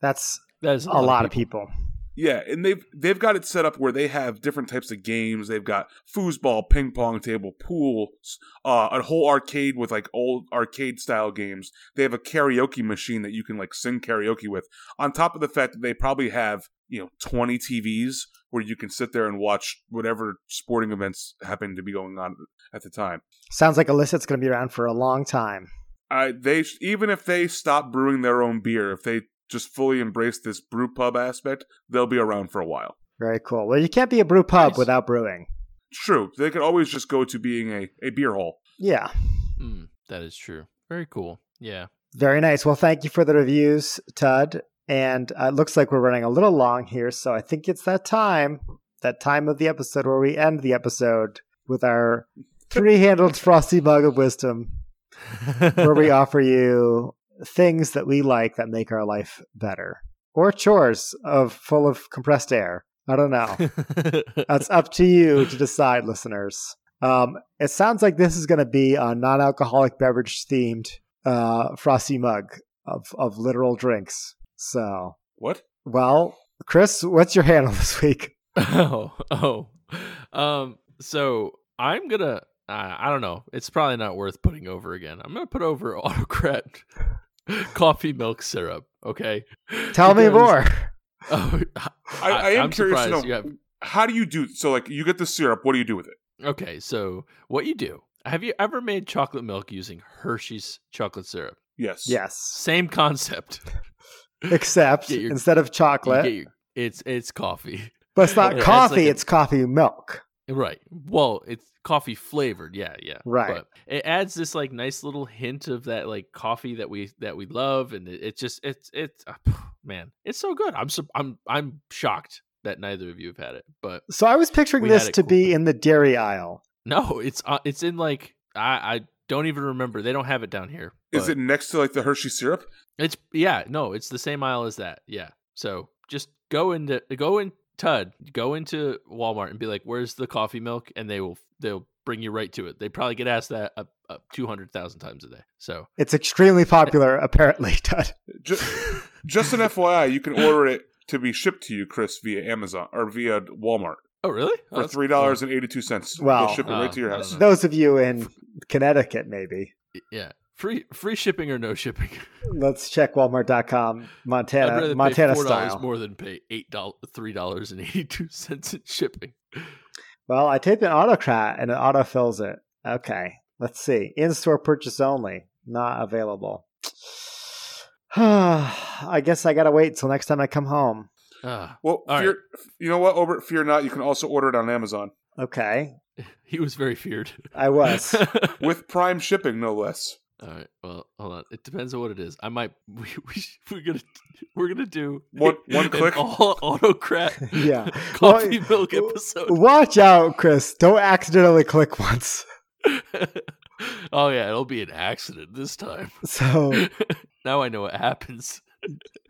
C: That's
A: That is
C: a lot of people.
B: Yeah, and they've they've got it set up where they have different types of games. They've got foosball, ping pong table, pools, uh, a whole arcade with like old arcade style games. They have a karaoke machine that you can like sing karaoke with. On top of the fact that they probably have you know twenty TVs where you can sit there and watch whatever sporting events happen to be going on at the time.
C: Sounds like Illicit's going to be around for a long time.
B: I they sh- even if they stop brewing their own beer, if they just fully embrace this brew pub aspect, they'll be around for a while.
C: Very cool. Well, you can't be a brew pub
A: Nice.
C: without brewing.
B: True. They could always just go to being a, a beer hall.
C: Yeah.
A: Mm, that is true. Very cool. Yeah.
C: Very nice. Well, thank you for the reviews, Tud. And uh, it looks like we're running a little long here, so I think it's that time, that time of the episode where we end the episode with our three-handled frosty mug of wisdom,
A: <laughs>
C: where we offer you things that we like that make our life better, or chores of full of compressed air. I
A: <laughs>
C: don't know. That's up to you to decide, listeners. Um, it sounds like this is going to be a non-alcoholic beverage themed uh, frosty mug of of literal drinks. So,
B: What?
C: well, Chris, what's your handle <laughs> this week?
A: oh oh um so i'm gonna uh, i don't know it's probably not worth putting over again i'm gonna put over <laughs> autocrat coffee milk syrup okay
C: Tell me
A: Because-
C: more.
A: oh, <laughs>
B: I, I, am
A: I'm
B: curious to
A: surprised
B: know
A: you have-
B: how do you do so like you get the syrup, what do you do with it?
A: okay so what you do have you ever made chocolate milk using hershey's chocolate syrup
B: Yes.
C: Yes,
A: same concept
C: except
A: Get your-
C: instead of
A: You
C: chocolate,
A: get your- it's it's coffee <laughs>
C: but it's not
A: Yeah, it's
C: coffee;
A: like a-
C: it's coffee milk.
A: Right. Well, it's coffee flavored. Yeah, yeah.
C: Right.
A: But it adds this like nice little hint of that like coffee that we that we love, and it, it just it's it's ah, phew, man, it's so good. I'm sup- I'm I'm shocked that neither of you have had it, but <laughs>
C: So I was picturing
A: We
C: this
A: had it
C: to
A: cool.
C: be in the dairy aisle.
A: no, it's uh, it's in like I I don't even remember. They don't have it down here.
B: Is
A: but
B: it next to like the Hershey syrup?
A: It's yeah. No, it's the same aisle as that. Yeah. So just go into go in Tud go into Walmart and be like, "Where's the coffee milk?" and they will they'll bring you right to it. They probably get asked that up, up two hundred thousand times a day. So
C: It's extremely popular, <laughs> apparently. Todd.
A: <laughs>
B: Just, just an FYI, you can order it to be shipped to you, Chris, via Amazon or via Walmart
A: oh really? Oh,
B: for
A: that's-
B: three dollars and eighty two cents.
C: Wow.
B: They'll ship it
A: Uh,
B: right to your house.
A: I
C: Those of you in Connecticut, maybe.
A: oh, yeah, free free shipping or no shipping. <laughs>
C: Let's check Walmart.com,
A: I'd rather
C: Montana, Montana
A: pay four dollars
C: style.
A: more than pay eight dollars three dollars and eighty two cents in shipping.
C: Well, I type in autocrat and it autofills it. Okay, let's see. In-store purchase only, not available. <sighs> I guess I gotta wait till next time I come home.
A: Ah, <laughs>
B: Well,
A: All
B: fear, you know what, Obert? Fear not. You can also order it on Amazon
C: Okay,
A: he was very feared.
C: I was.
A: <laughs>
B: with Prime shipping, no less.
A: All right. Well, hold on. It depends on what it is. I might. <laughs> We, we sh- we're gonna <laughs> we're gonna do
B: One- one
A: an
B: click?
A: all
B: <laughs>
A: autocrat <laughs>
C: Yeah.
A: coffee
C: Well,
A: milk
C: w-
A: episode.
C: Watch out, Chris. Don't accidentally click once. <laughs>
A: <laughs> oh yeah, it'll be an accident this time.
B: Oh.
C: So
A: <laughs> now I know what happens.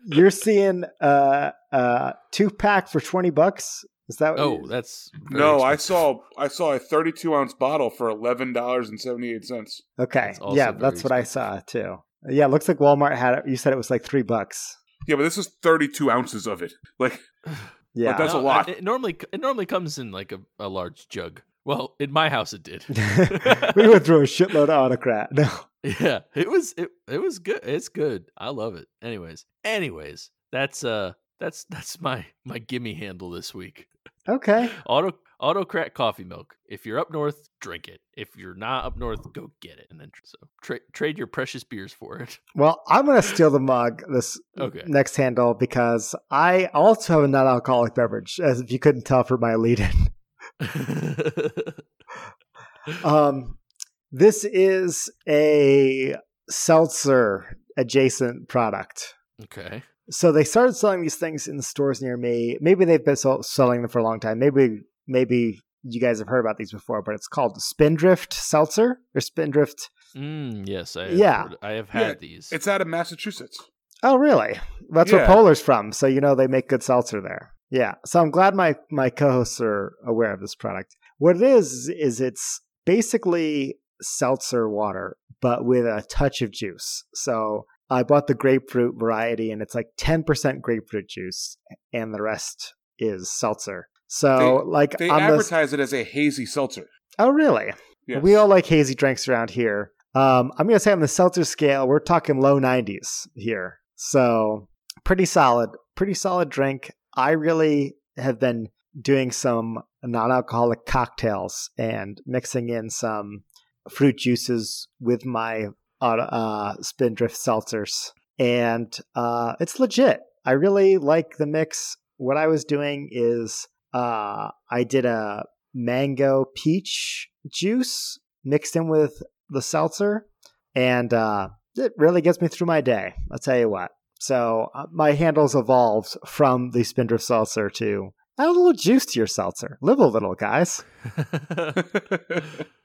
C: you're seeing uh uh two pack for twenty bucks. Is that what
A: Oh,
C: you-
A: that's very
B: Uh, No, I
A: expensive. <laughs>
B: saw I saw a 32 ounce bottle for eleven dollars and seventy eight cents.
C: okay?
A: that's also
C: yeah,
A: very
C: that's what I saw too. Yeah, it looks like Walmart had it. You said it was like three bucks.
B: Yeah, but this is 32 ounces of it. Like
C: Yeah,
B: that's a
A: No,
B: lot.
A: It, it normally it normally comes in like a, a large jug. Well, in my house it did.
C: <laughs> we went through a shitload of autocrat. No.
A: Yeah, it was it it was good. It's good. I love it. Anyways, anyways, that's uh that's that's my my gimme handle this
B: <laughs>
A: week.
C: Okay.
A: Auto autocrat coffee milk. If you're up north, drink it. If you're not up north, go get it and then tr- so tra- trade your precious beers for it. <laughs>
C: Well, I'm gonna steal the mug this
A: Okay.
C: next handle because I also have a non-alcoholic beverage, as if you couldn't tell from my
A: <laughs>
C: lead in. Um, this is a seltzer adjacent product.
A: okay.
C: So they started selling these things in stores near me. Maybe they've been sell- selling them for a long time. Maybe maybe you guys have heard about these before, but it's called Spindrift Seltzer or Spindrift.
A: Mm, yes, I
C: Yeah.
A: have heard- I have
B: Yeah,
A: had these.
B: it's out of Massachusetts.
C: Oh, really? That's where
B: Yeah.
C: Polar's from. So you know they make good seltzer there. Yeah. So I'm glad my my co-hosts are aware of this product. What it is is it's basically seltzer water, but with a touch of juice. So I bought the grapefruit variety, and it's like 10% grapefruit juice, and the rest is seltzer. So like
B: They
C: on the
B: advertise it as a hazy seltzer. <laughs>
C: oh really?
B: Yes.
C: We all like hazy drinks around here. Um, I'm gonna say on the seltzer scale, we're talking low 90s here. So pretty solid, pretty solid drink. I really have been doing some non-alcoholic cocktails and mixing in some fruit juices with my uh, uh, spindrift seltzers, and uh, it's legit. I really like the mix. What I was doing is uh, I did a mango peach juice mixed in with the seltzer, and uh, it really gets me through my day. I'll tell you what. So uh, my handles evolved from the Spindrift seltzer to add a little juice to your seltzer. Live a little, guys.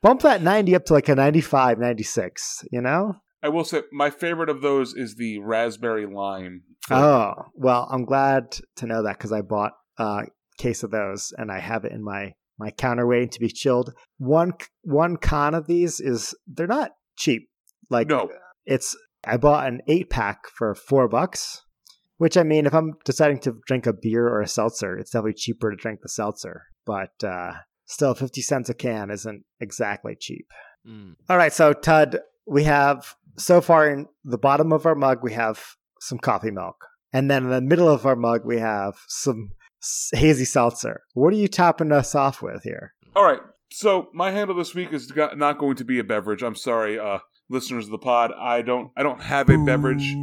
C: Bump that 90 up to like a 95, 96, you know?
B: I will say my favorite of those is the raspberry lime.
C: Oh, well, I'm glad to know that because I bought a case of those and I have it in my my counter waiting to be chilled. One one con of these is they're not cheap. Like
B: no,
C: it's I bought an eight pack for four bucks, which I mean, if I'm deciding to drink a beer or a seltzer, it's definitely cheaper to drink the seltzer. But uh, still, fifty cents a can isn't exactly cheap.
A: <laughs> Mm.
C: All right, so Tud, we have so far in the bottom of our mug we have some coffee milk, and then in the middle of our mug we have some s- hazy seltzer. What are you topping us off with here?
B: All right. So my handle this week is go- not going to be a beverage. I'm sorry, uh, listeners of the pod. I don't. I don't have a beverage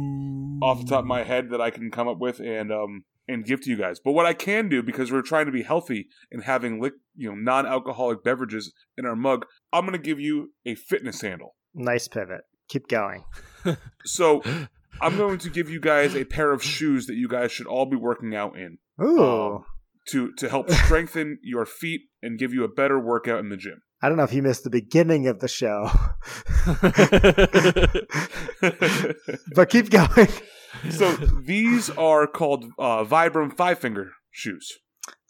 B: off the top of my head that I can come up with and um and give to you guys. But what I can do because we're trying to be healthy and having lic- you know non-alcoholic beverages in our mug, I'm going to give you a fitness handle.
C: Nice pivot. Keep going.
B: So I'm going to give you guys a pair of shoes that you guys should all be working out in
C: Ooh,
B: Um, to to help strengthen your feet and give you a better workout in the gym.
C: I don't know if you missed the beginning of the show, <laughs> but keep going. <laughs>
A: <laughs>
B: <laughs> so these are called uh, Vibram five finger shoes.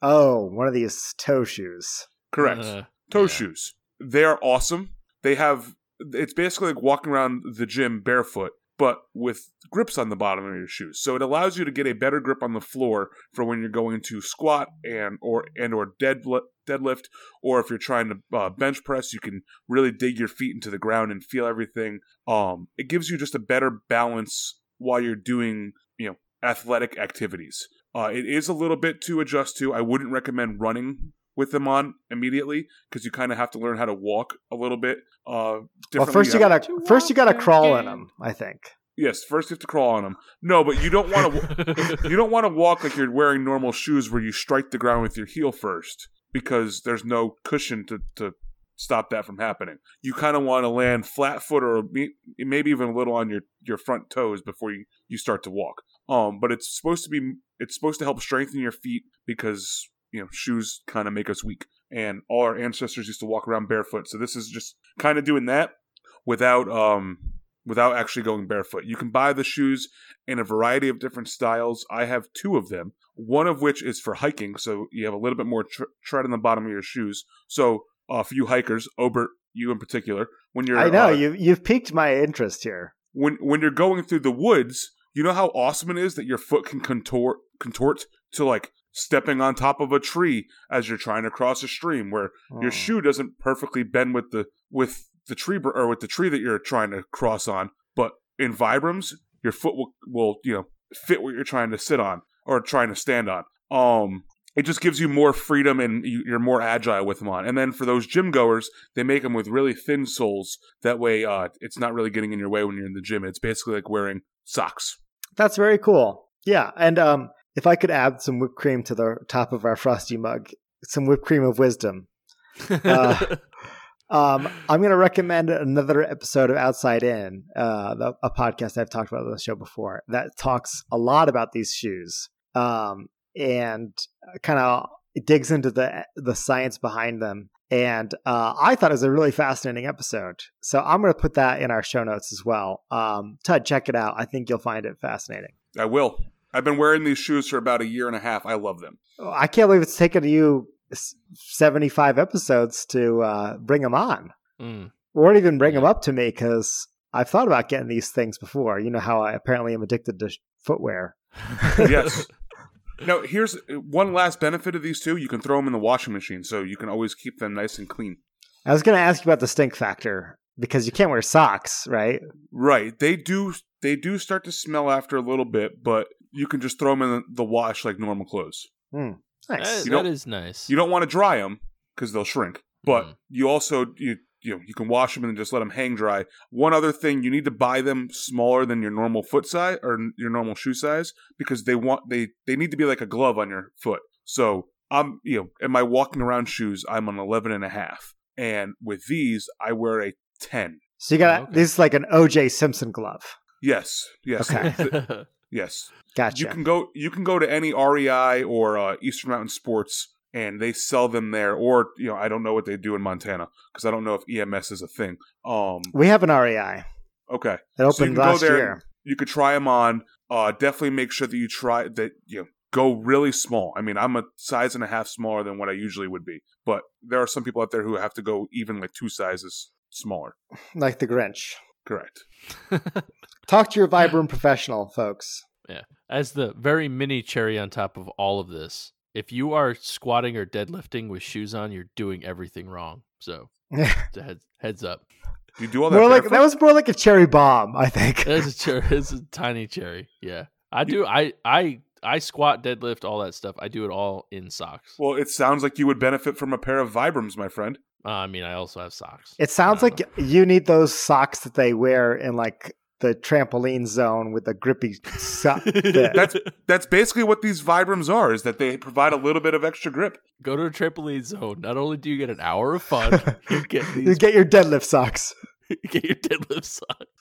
C: Oh, one of these toe shoes.
B: Correct.
A: Uh,
B: toe
A: yeah.
B: shoes. They are awesome. They have it's basically like walking around the gym barefoot, but with grips on the bottom of your shoes. So it allows you to get a better grip on the floor for when you're going to squat and or and or deadlift deadlift or if you're trying to uh, bench press you can really dig your feet into the ground and feel everything um it gives you just a better balance while you're doing you know athletic activities uh it is a little bit to adjust to i wouldn't recommend running with them on immediately because you kind of have to learn how to walk a little bit. Uh,
C: Well,
B: differently.
C: first you gotta
A: To
C: first you gotta
A: walk
C: crawl
A: again.
C: in them. I think.
B: yes, first you have to crawl on them. No, but you don't
C: <laughs>
B: want to.
A: Uh.
B: <laughs> you don't want to walk like you're wearing normal shoes, where you strike the ground with your heel first, because there's no cushion to to stop that from happening. You kind of want to land flat foot or me- maybe even a little on your, your front toes before you, you start to walk. Um, but it's supposed to be it's supposed to help strengthen your feet because you know shoes kind of make us weak, and all our ancestors used to walk around barefoot. So this is just kind of doing that without um without actually going barefoot. You can buy the shoes in a variety of different styles. I have two of them. One of which is for hiking, so you have a little bit more tr- tread on the bottom of your shoes. So uh, for you hikers, Obert, you in particular, when you're
C: I know
B: uh,
C: you you've piqued my interest here.
B: when when you're going through the woods, you know how awesome it is that your foot can contort contort to like stepping on top of a tree as you're trying to cross a stream where your
C: Mm.
B: shoe doesn't perfectly bend with the with the tree br- or with the tree that you're trying to cross on but in vibrams your foot will, will you know fit what you're trying to sit on or trying to stand on um it just gives you more freedom and you- you're more agile with them on and then for those gym goers they make them with really thin soles that way uh it's not really getting in your way when you're in the gym it's basically like wearing socks
C: That's very cool. Yeah, and um, if I could add some whipped cream to the top of our frosty mug, some whipped cream of wisdom. <laughs> Uh, Um, I'm going to recommend another episode of Outside In, uh, the, a podcast I've talked about on the show before that talks a lot about these shoes um, and kind of digs into the the science behind them. And uh, I thought it was a really fascinating episode, so I'm going to put that in our show notes as well. Um, Tud, check it out. I think you'll find it fascinating.
B: i will i've been wearing these shoes for about a year and a half i love them
C: Oh, I can't believe it's taken you s- 75 episodes to uh, bring them on.
A: Mm.
C: or even bring them
A: Yeah.
C: up to me because I've thought about getting these things before. You know how I apparently am addicted to sh- footwear.
B: yes. Now, here's one last benefit of these two. You can throw them in the washing machine, so you can always keep them nice and clean.
C: I was going to ask you about the stink factor because you can't wear socks, right?
B: Right. They do. They do start to smell after a little bit, but you can just throw them in the wash like normal clothes.
A: That-
C: Nice.
B: You
A: that
B: don't-
A: is nice.
B: You <laughs> don't want to dry them because they'll shrink, but
A: Mm.
B: you also you you know, you can wash them and just let them hang dry. One other thing, you need to buy them smaller than your normal foot size or your normal shoe size because they want they they need to be like a glove on your foot. So I'm you know in my walking around shoes I'm an 11 and a half, and with these I wear a 10.
C: So you got
A: Oh, okay.
C: this is like an OJ Simpson glove.
B: Yes, yes, <laughs>
C: Okay.
B: yes.
C: Gotcha.
B: You can go. You can go to any REI or uh, Eastern Mountain Sports, and they sell them there. Or you know, I don't know what they do in Montana because I don't know if EMS is a thing. Um.
C: we have an REI.
B: Okay.
C: It
B: So you
C: opened
B: can go
C: last
B: there
C: year.
B: You could try them on. Uh, definitely make sure that you try that. You know, go really small. I mean, I'm a size and a half smaller than what I usually would be, but there are some people out there who have to go even like two sizes smaller.
C: Like the Grinch.
B: Correct.
C: Talk to your Vibram professional, folks.
A: <laughs> As the very mini cherry on top of all of this, if you are squatting or deadlifting with shoes on, you're doing everything wrong.
C: <laughs>
A: So, it's a heads, heads up.
B: You do all that.
C: More like
B: barefoot?
C: that was more like a cherry bomb, I think.
A: It's a cherry. <laughs> It's a tiny cherry. Yeah, I do. I I I squat, deadlift, all that stuff. I do it all in socks.
B: well, it sounds like you would benefit from a pair of Vibrams, my friend.
A: Uh, I mean, I also have socks. <laughs>
C: It sounds
A: I
C: like
A: don't
C: you need those socks that they wear in like the trampoline zone with the grippy
A: <laughs>
C: sock. fit.
B: That's that's basically what these Vibrams are, is that they provide a little bit of extra grip.
A: Go to a trampoline zone. Not only do you get an hour of
C: <laughs>
A: fun, you get
C: You
A: these.
C: get your deadlift socks.
A: You
B: <laughs>
A: get your deadlift socks.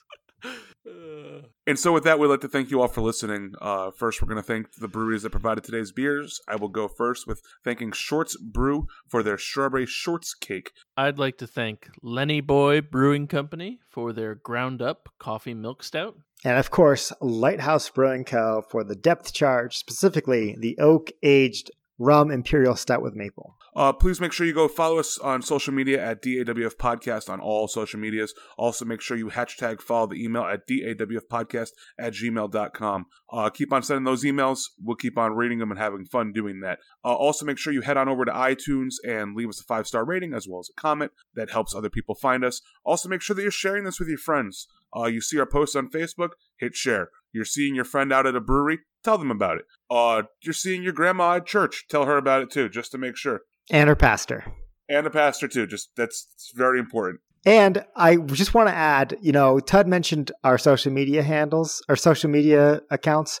A: Uh,
B: And so with that, we'd like to thank you all for listening. Uh, first, we're going to thank the breweries that provided today's beers. I will go first with thanking Shorts Brew for their strawberry shorts cake.
A: <sighs> I'd like to thank Lenny Boy Brewing Company for their ground up coffee milk stout.
C: And of course, Lighthouse Brewing Co. for the depth charge, specifically the oak aged rum imperial stout with maple.
B: Uh, please make sure you go follow us on social media at DAWF Podcast on all social medias. Also, make sure you hashtag follow the email at DAWF Podcast at gmail.com. Uh, keep on sending those emails. We'll keep on reading them and having fun doing that. Uh, also, make sure you head on over to iTunes and leave us a five star rating as well as a comment. That helps other people find us. Also, make sure that you're sharing this with your friends. Uh, you see our posts on Facebook, hit share. You're seeing your friend out at a brewery, tell them about it. Uh, you're seeing your grandma at church, tell her about it too, just to make sure
C: And her pastor.
B: and a pastor too. Just that's it's very important.
C: And I just want to add, you know, Tud mentioned our social media handles, our social media accounts.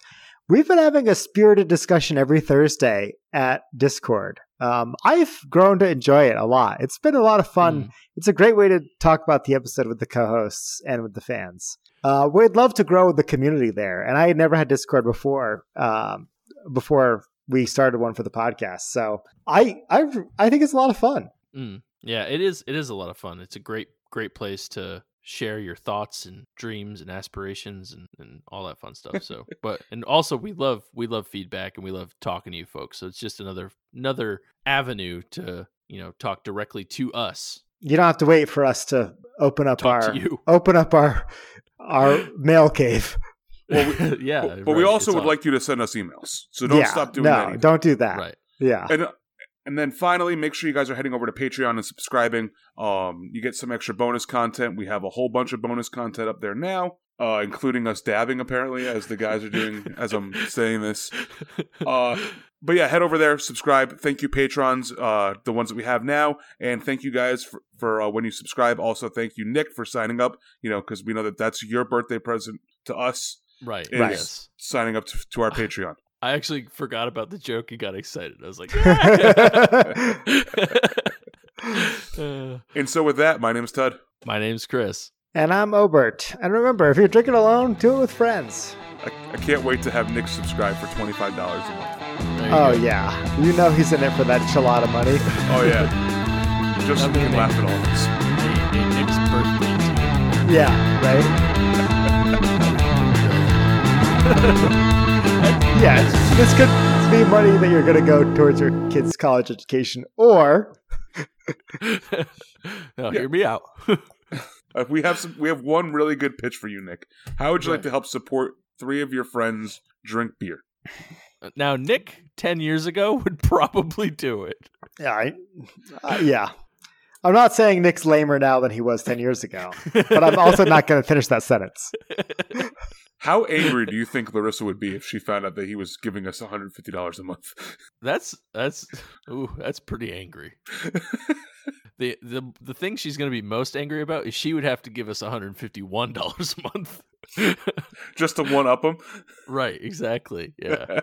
C: We've been having a spirited discussion every Thursday at Discord Um, I've grown to enjoy it a lot. It's been a lot of fun. It's a great way to talk about the episode with the co-hosts and with the fans. Uh, we'd love to grow the community there, and I had never had Discord before. Um, before we started one for the podcast, so I I I think it's a lot of fun.
A: Mm. Yeah, it is. It is a lot of fun. It's a great, great place to share your thoughts and dreams and aspirations and, and all that fun stuff.
B: <laughs>
A: So, but and also we love we love feedback and we love talking to you folks. So it's just another another avenue to you know talk directly to us.
C: You don't have to wait for us to open up
A: Talk
C: our
A: to you.
C: <laughs> open up our our mail cave. <laughs>
B: <laughs>
A: <laughs>
B: Well,
A: yeah,
B: but, but we
A: right,
B: also
A: it's
B: would
A: on.
B: like you to send us emails. So don't
C: Yeah,
B: stop doing
C: no,
B: that. either.
C: don't do that.
A: right.
C: Yeah.
B: and and then finally make sure you guys are heading over to patreon and subscribing um you get some extra bonus content we have a whole bunch of bonus content up there now uh including us dabbing apparently as the guys are doing as i'm saying this <laughs> Uh, but yeah head over there subscribe thank you patrons uh the ones that we have now and thank you guys for, for uh, when you subscribe also thank you nick for signing up you know because we know that that's your birthday present to us
A: <laughs> right.
B: is-
A: Yes.
B: signing up to, to our patreon <laughs>
A: I actually forgot about the joke and got excited. I was like, Uh,
B: and so with that my name is tud
A: <laughs> my name's Chris.
C: And I'm Obert. And remember, if you're drinking alone, do it with friends.
B: I, I can't wait to have Nick subscribe for $25 a month.
A: There you go.
C: Oh, yeah. You know he's in it for that enchilada money. <laughs>
B: Oh, yeah. Just so we can laugh at all this.
C: Oh.
A: Hey, hey, Nick's birthday to you.
C: Yeah, right? <laughs> yeah, it's- this could be money that you're going to go towards your kid's college education or
A: <laughs> now hear me out.
B: Uh, we have some, we have one really good pitch for you, Nick. How would you like
A: Right.
B: to help support three of your friends drink beer?
A: now Nick, ten years ago, <laughs> would probably do it.
C: Yeah, I, uh, yeah. I'm not saying Nick's lamer now than he was 10 years ago, but I'm also not going to finish that sentence.
B: How angry do you think Larissa would be if she found out that he was giving us $150 a month?
A: <laughs>
B: <laughs>
A: That's that's ooh, that's pretty
C: <laughs>
A: angry. the the the thing she's gonna be most angry about is she would have to give us one hundred and fifty one dollars a month. <laughs>
B: Just to one up him?
A: right? Exactly. Yeah.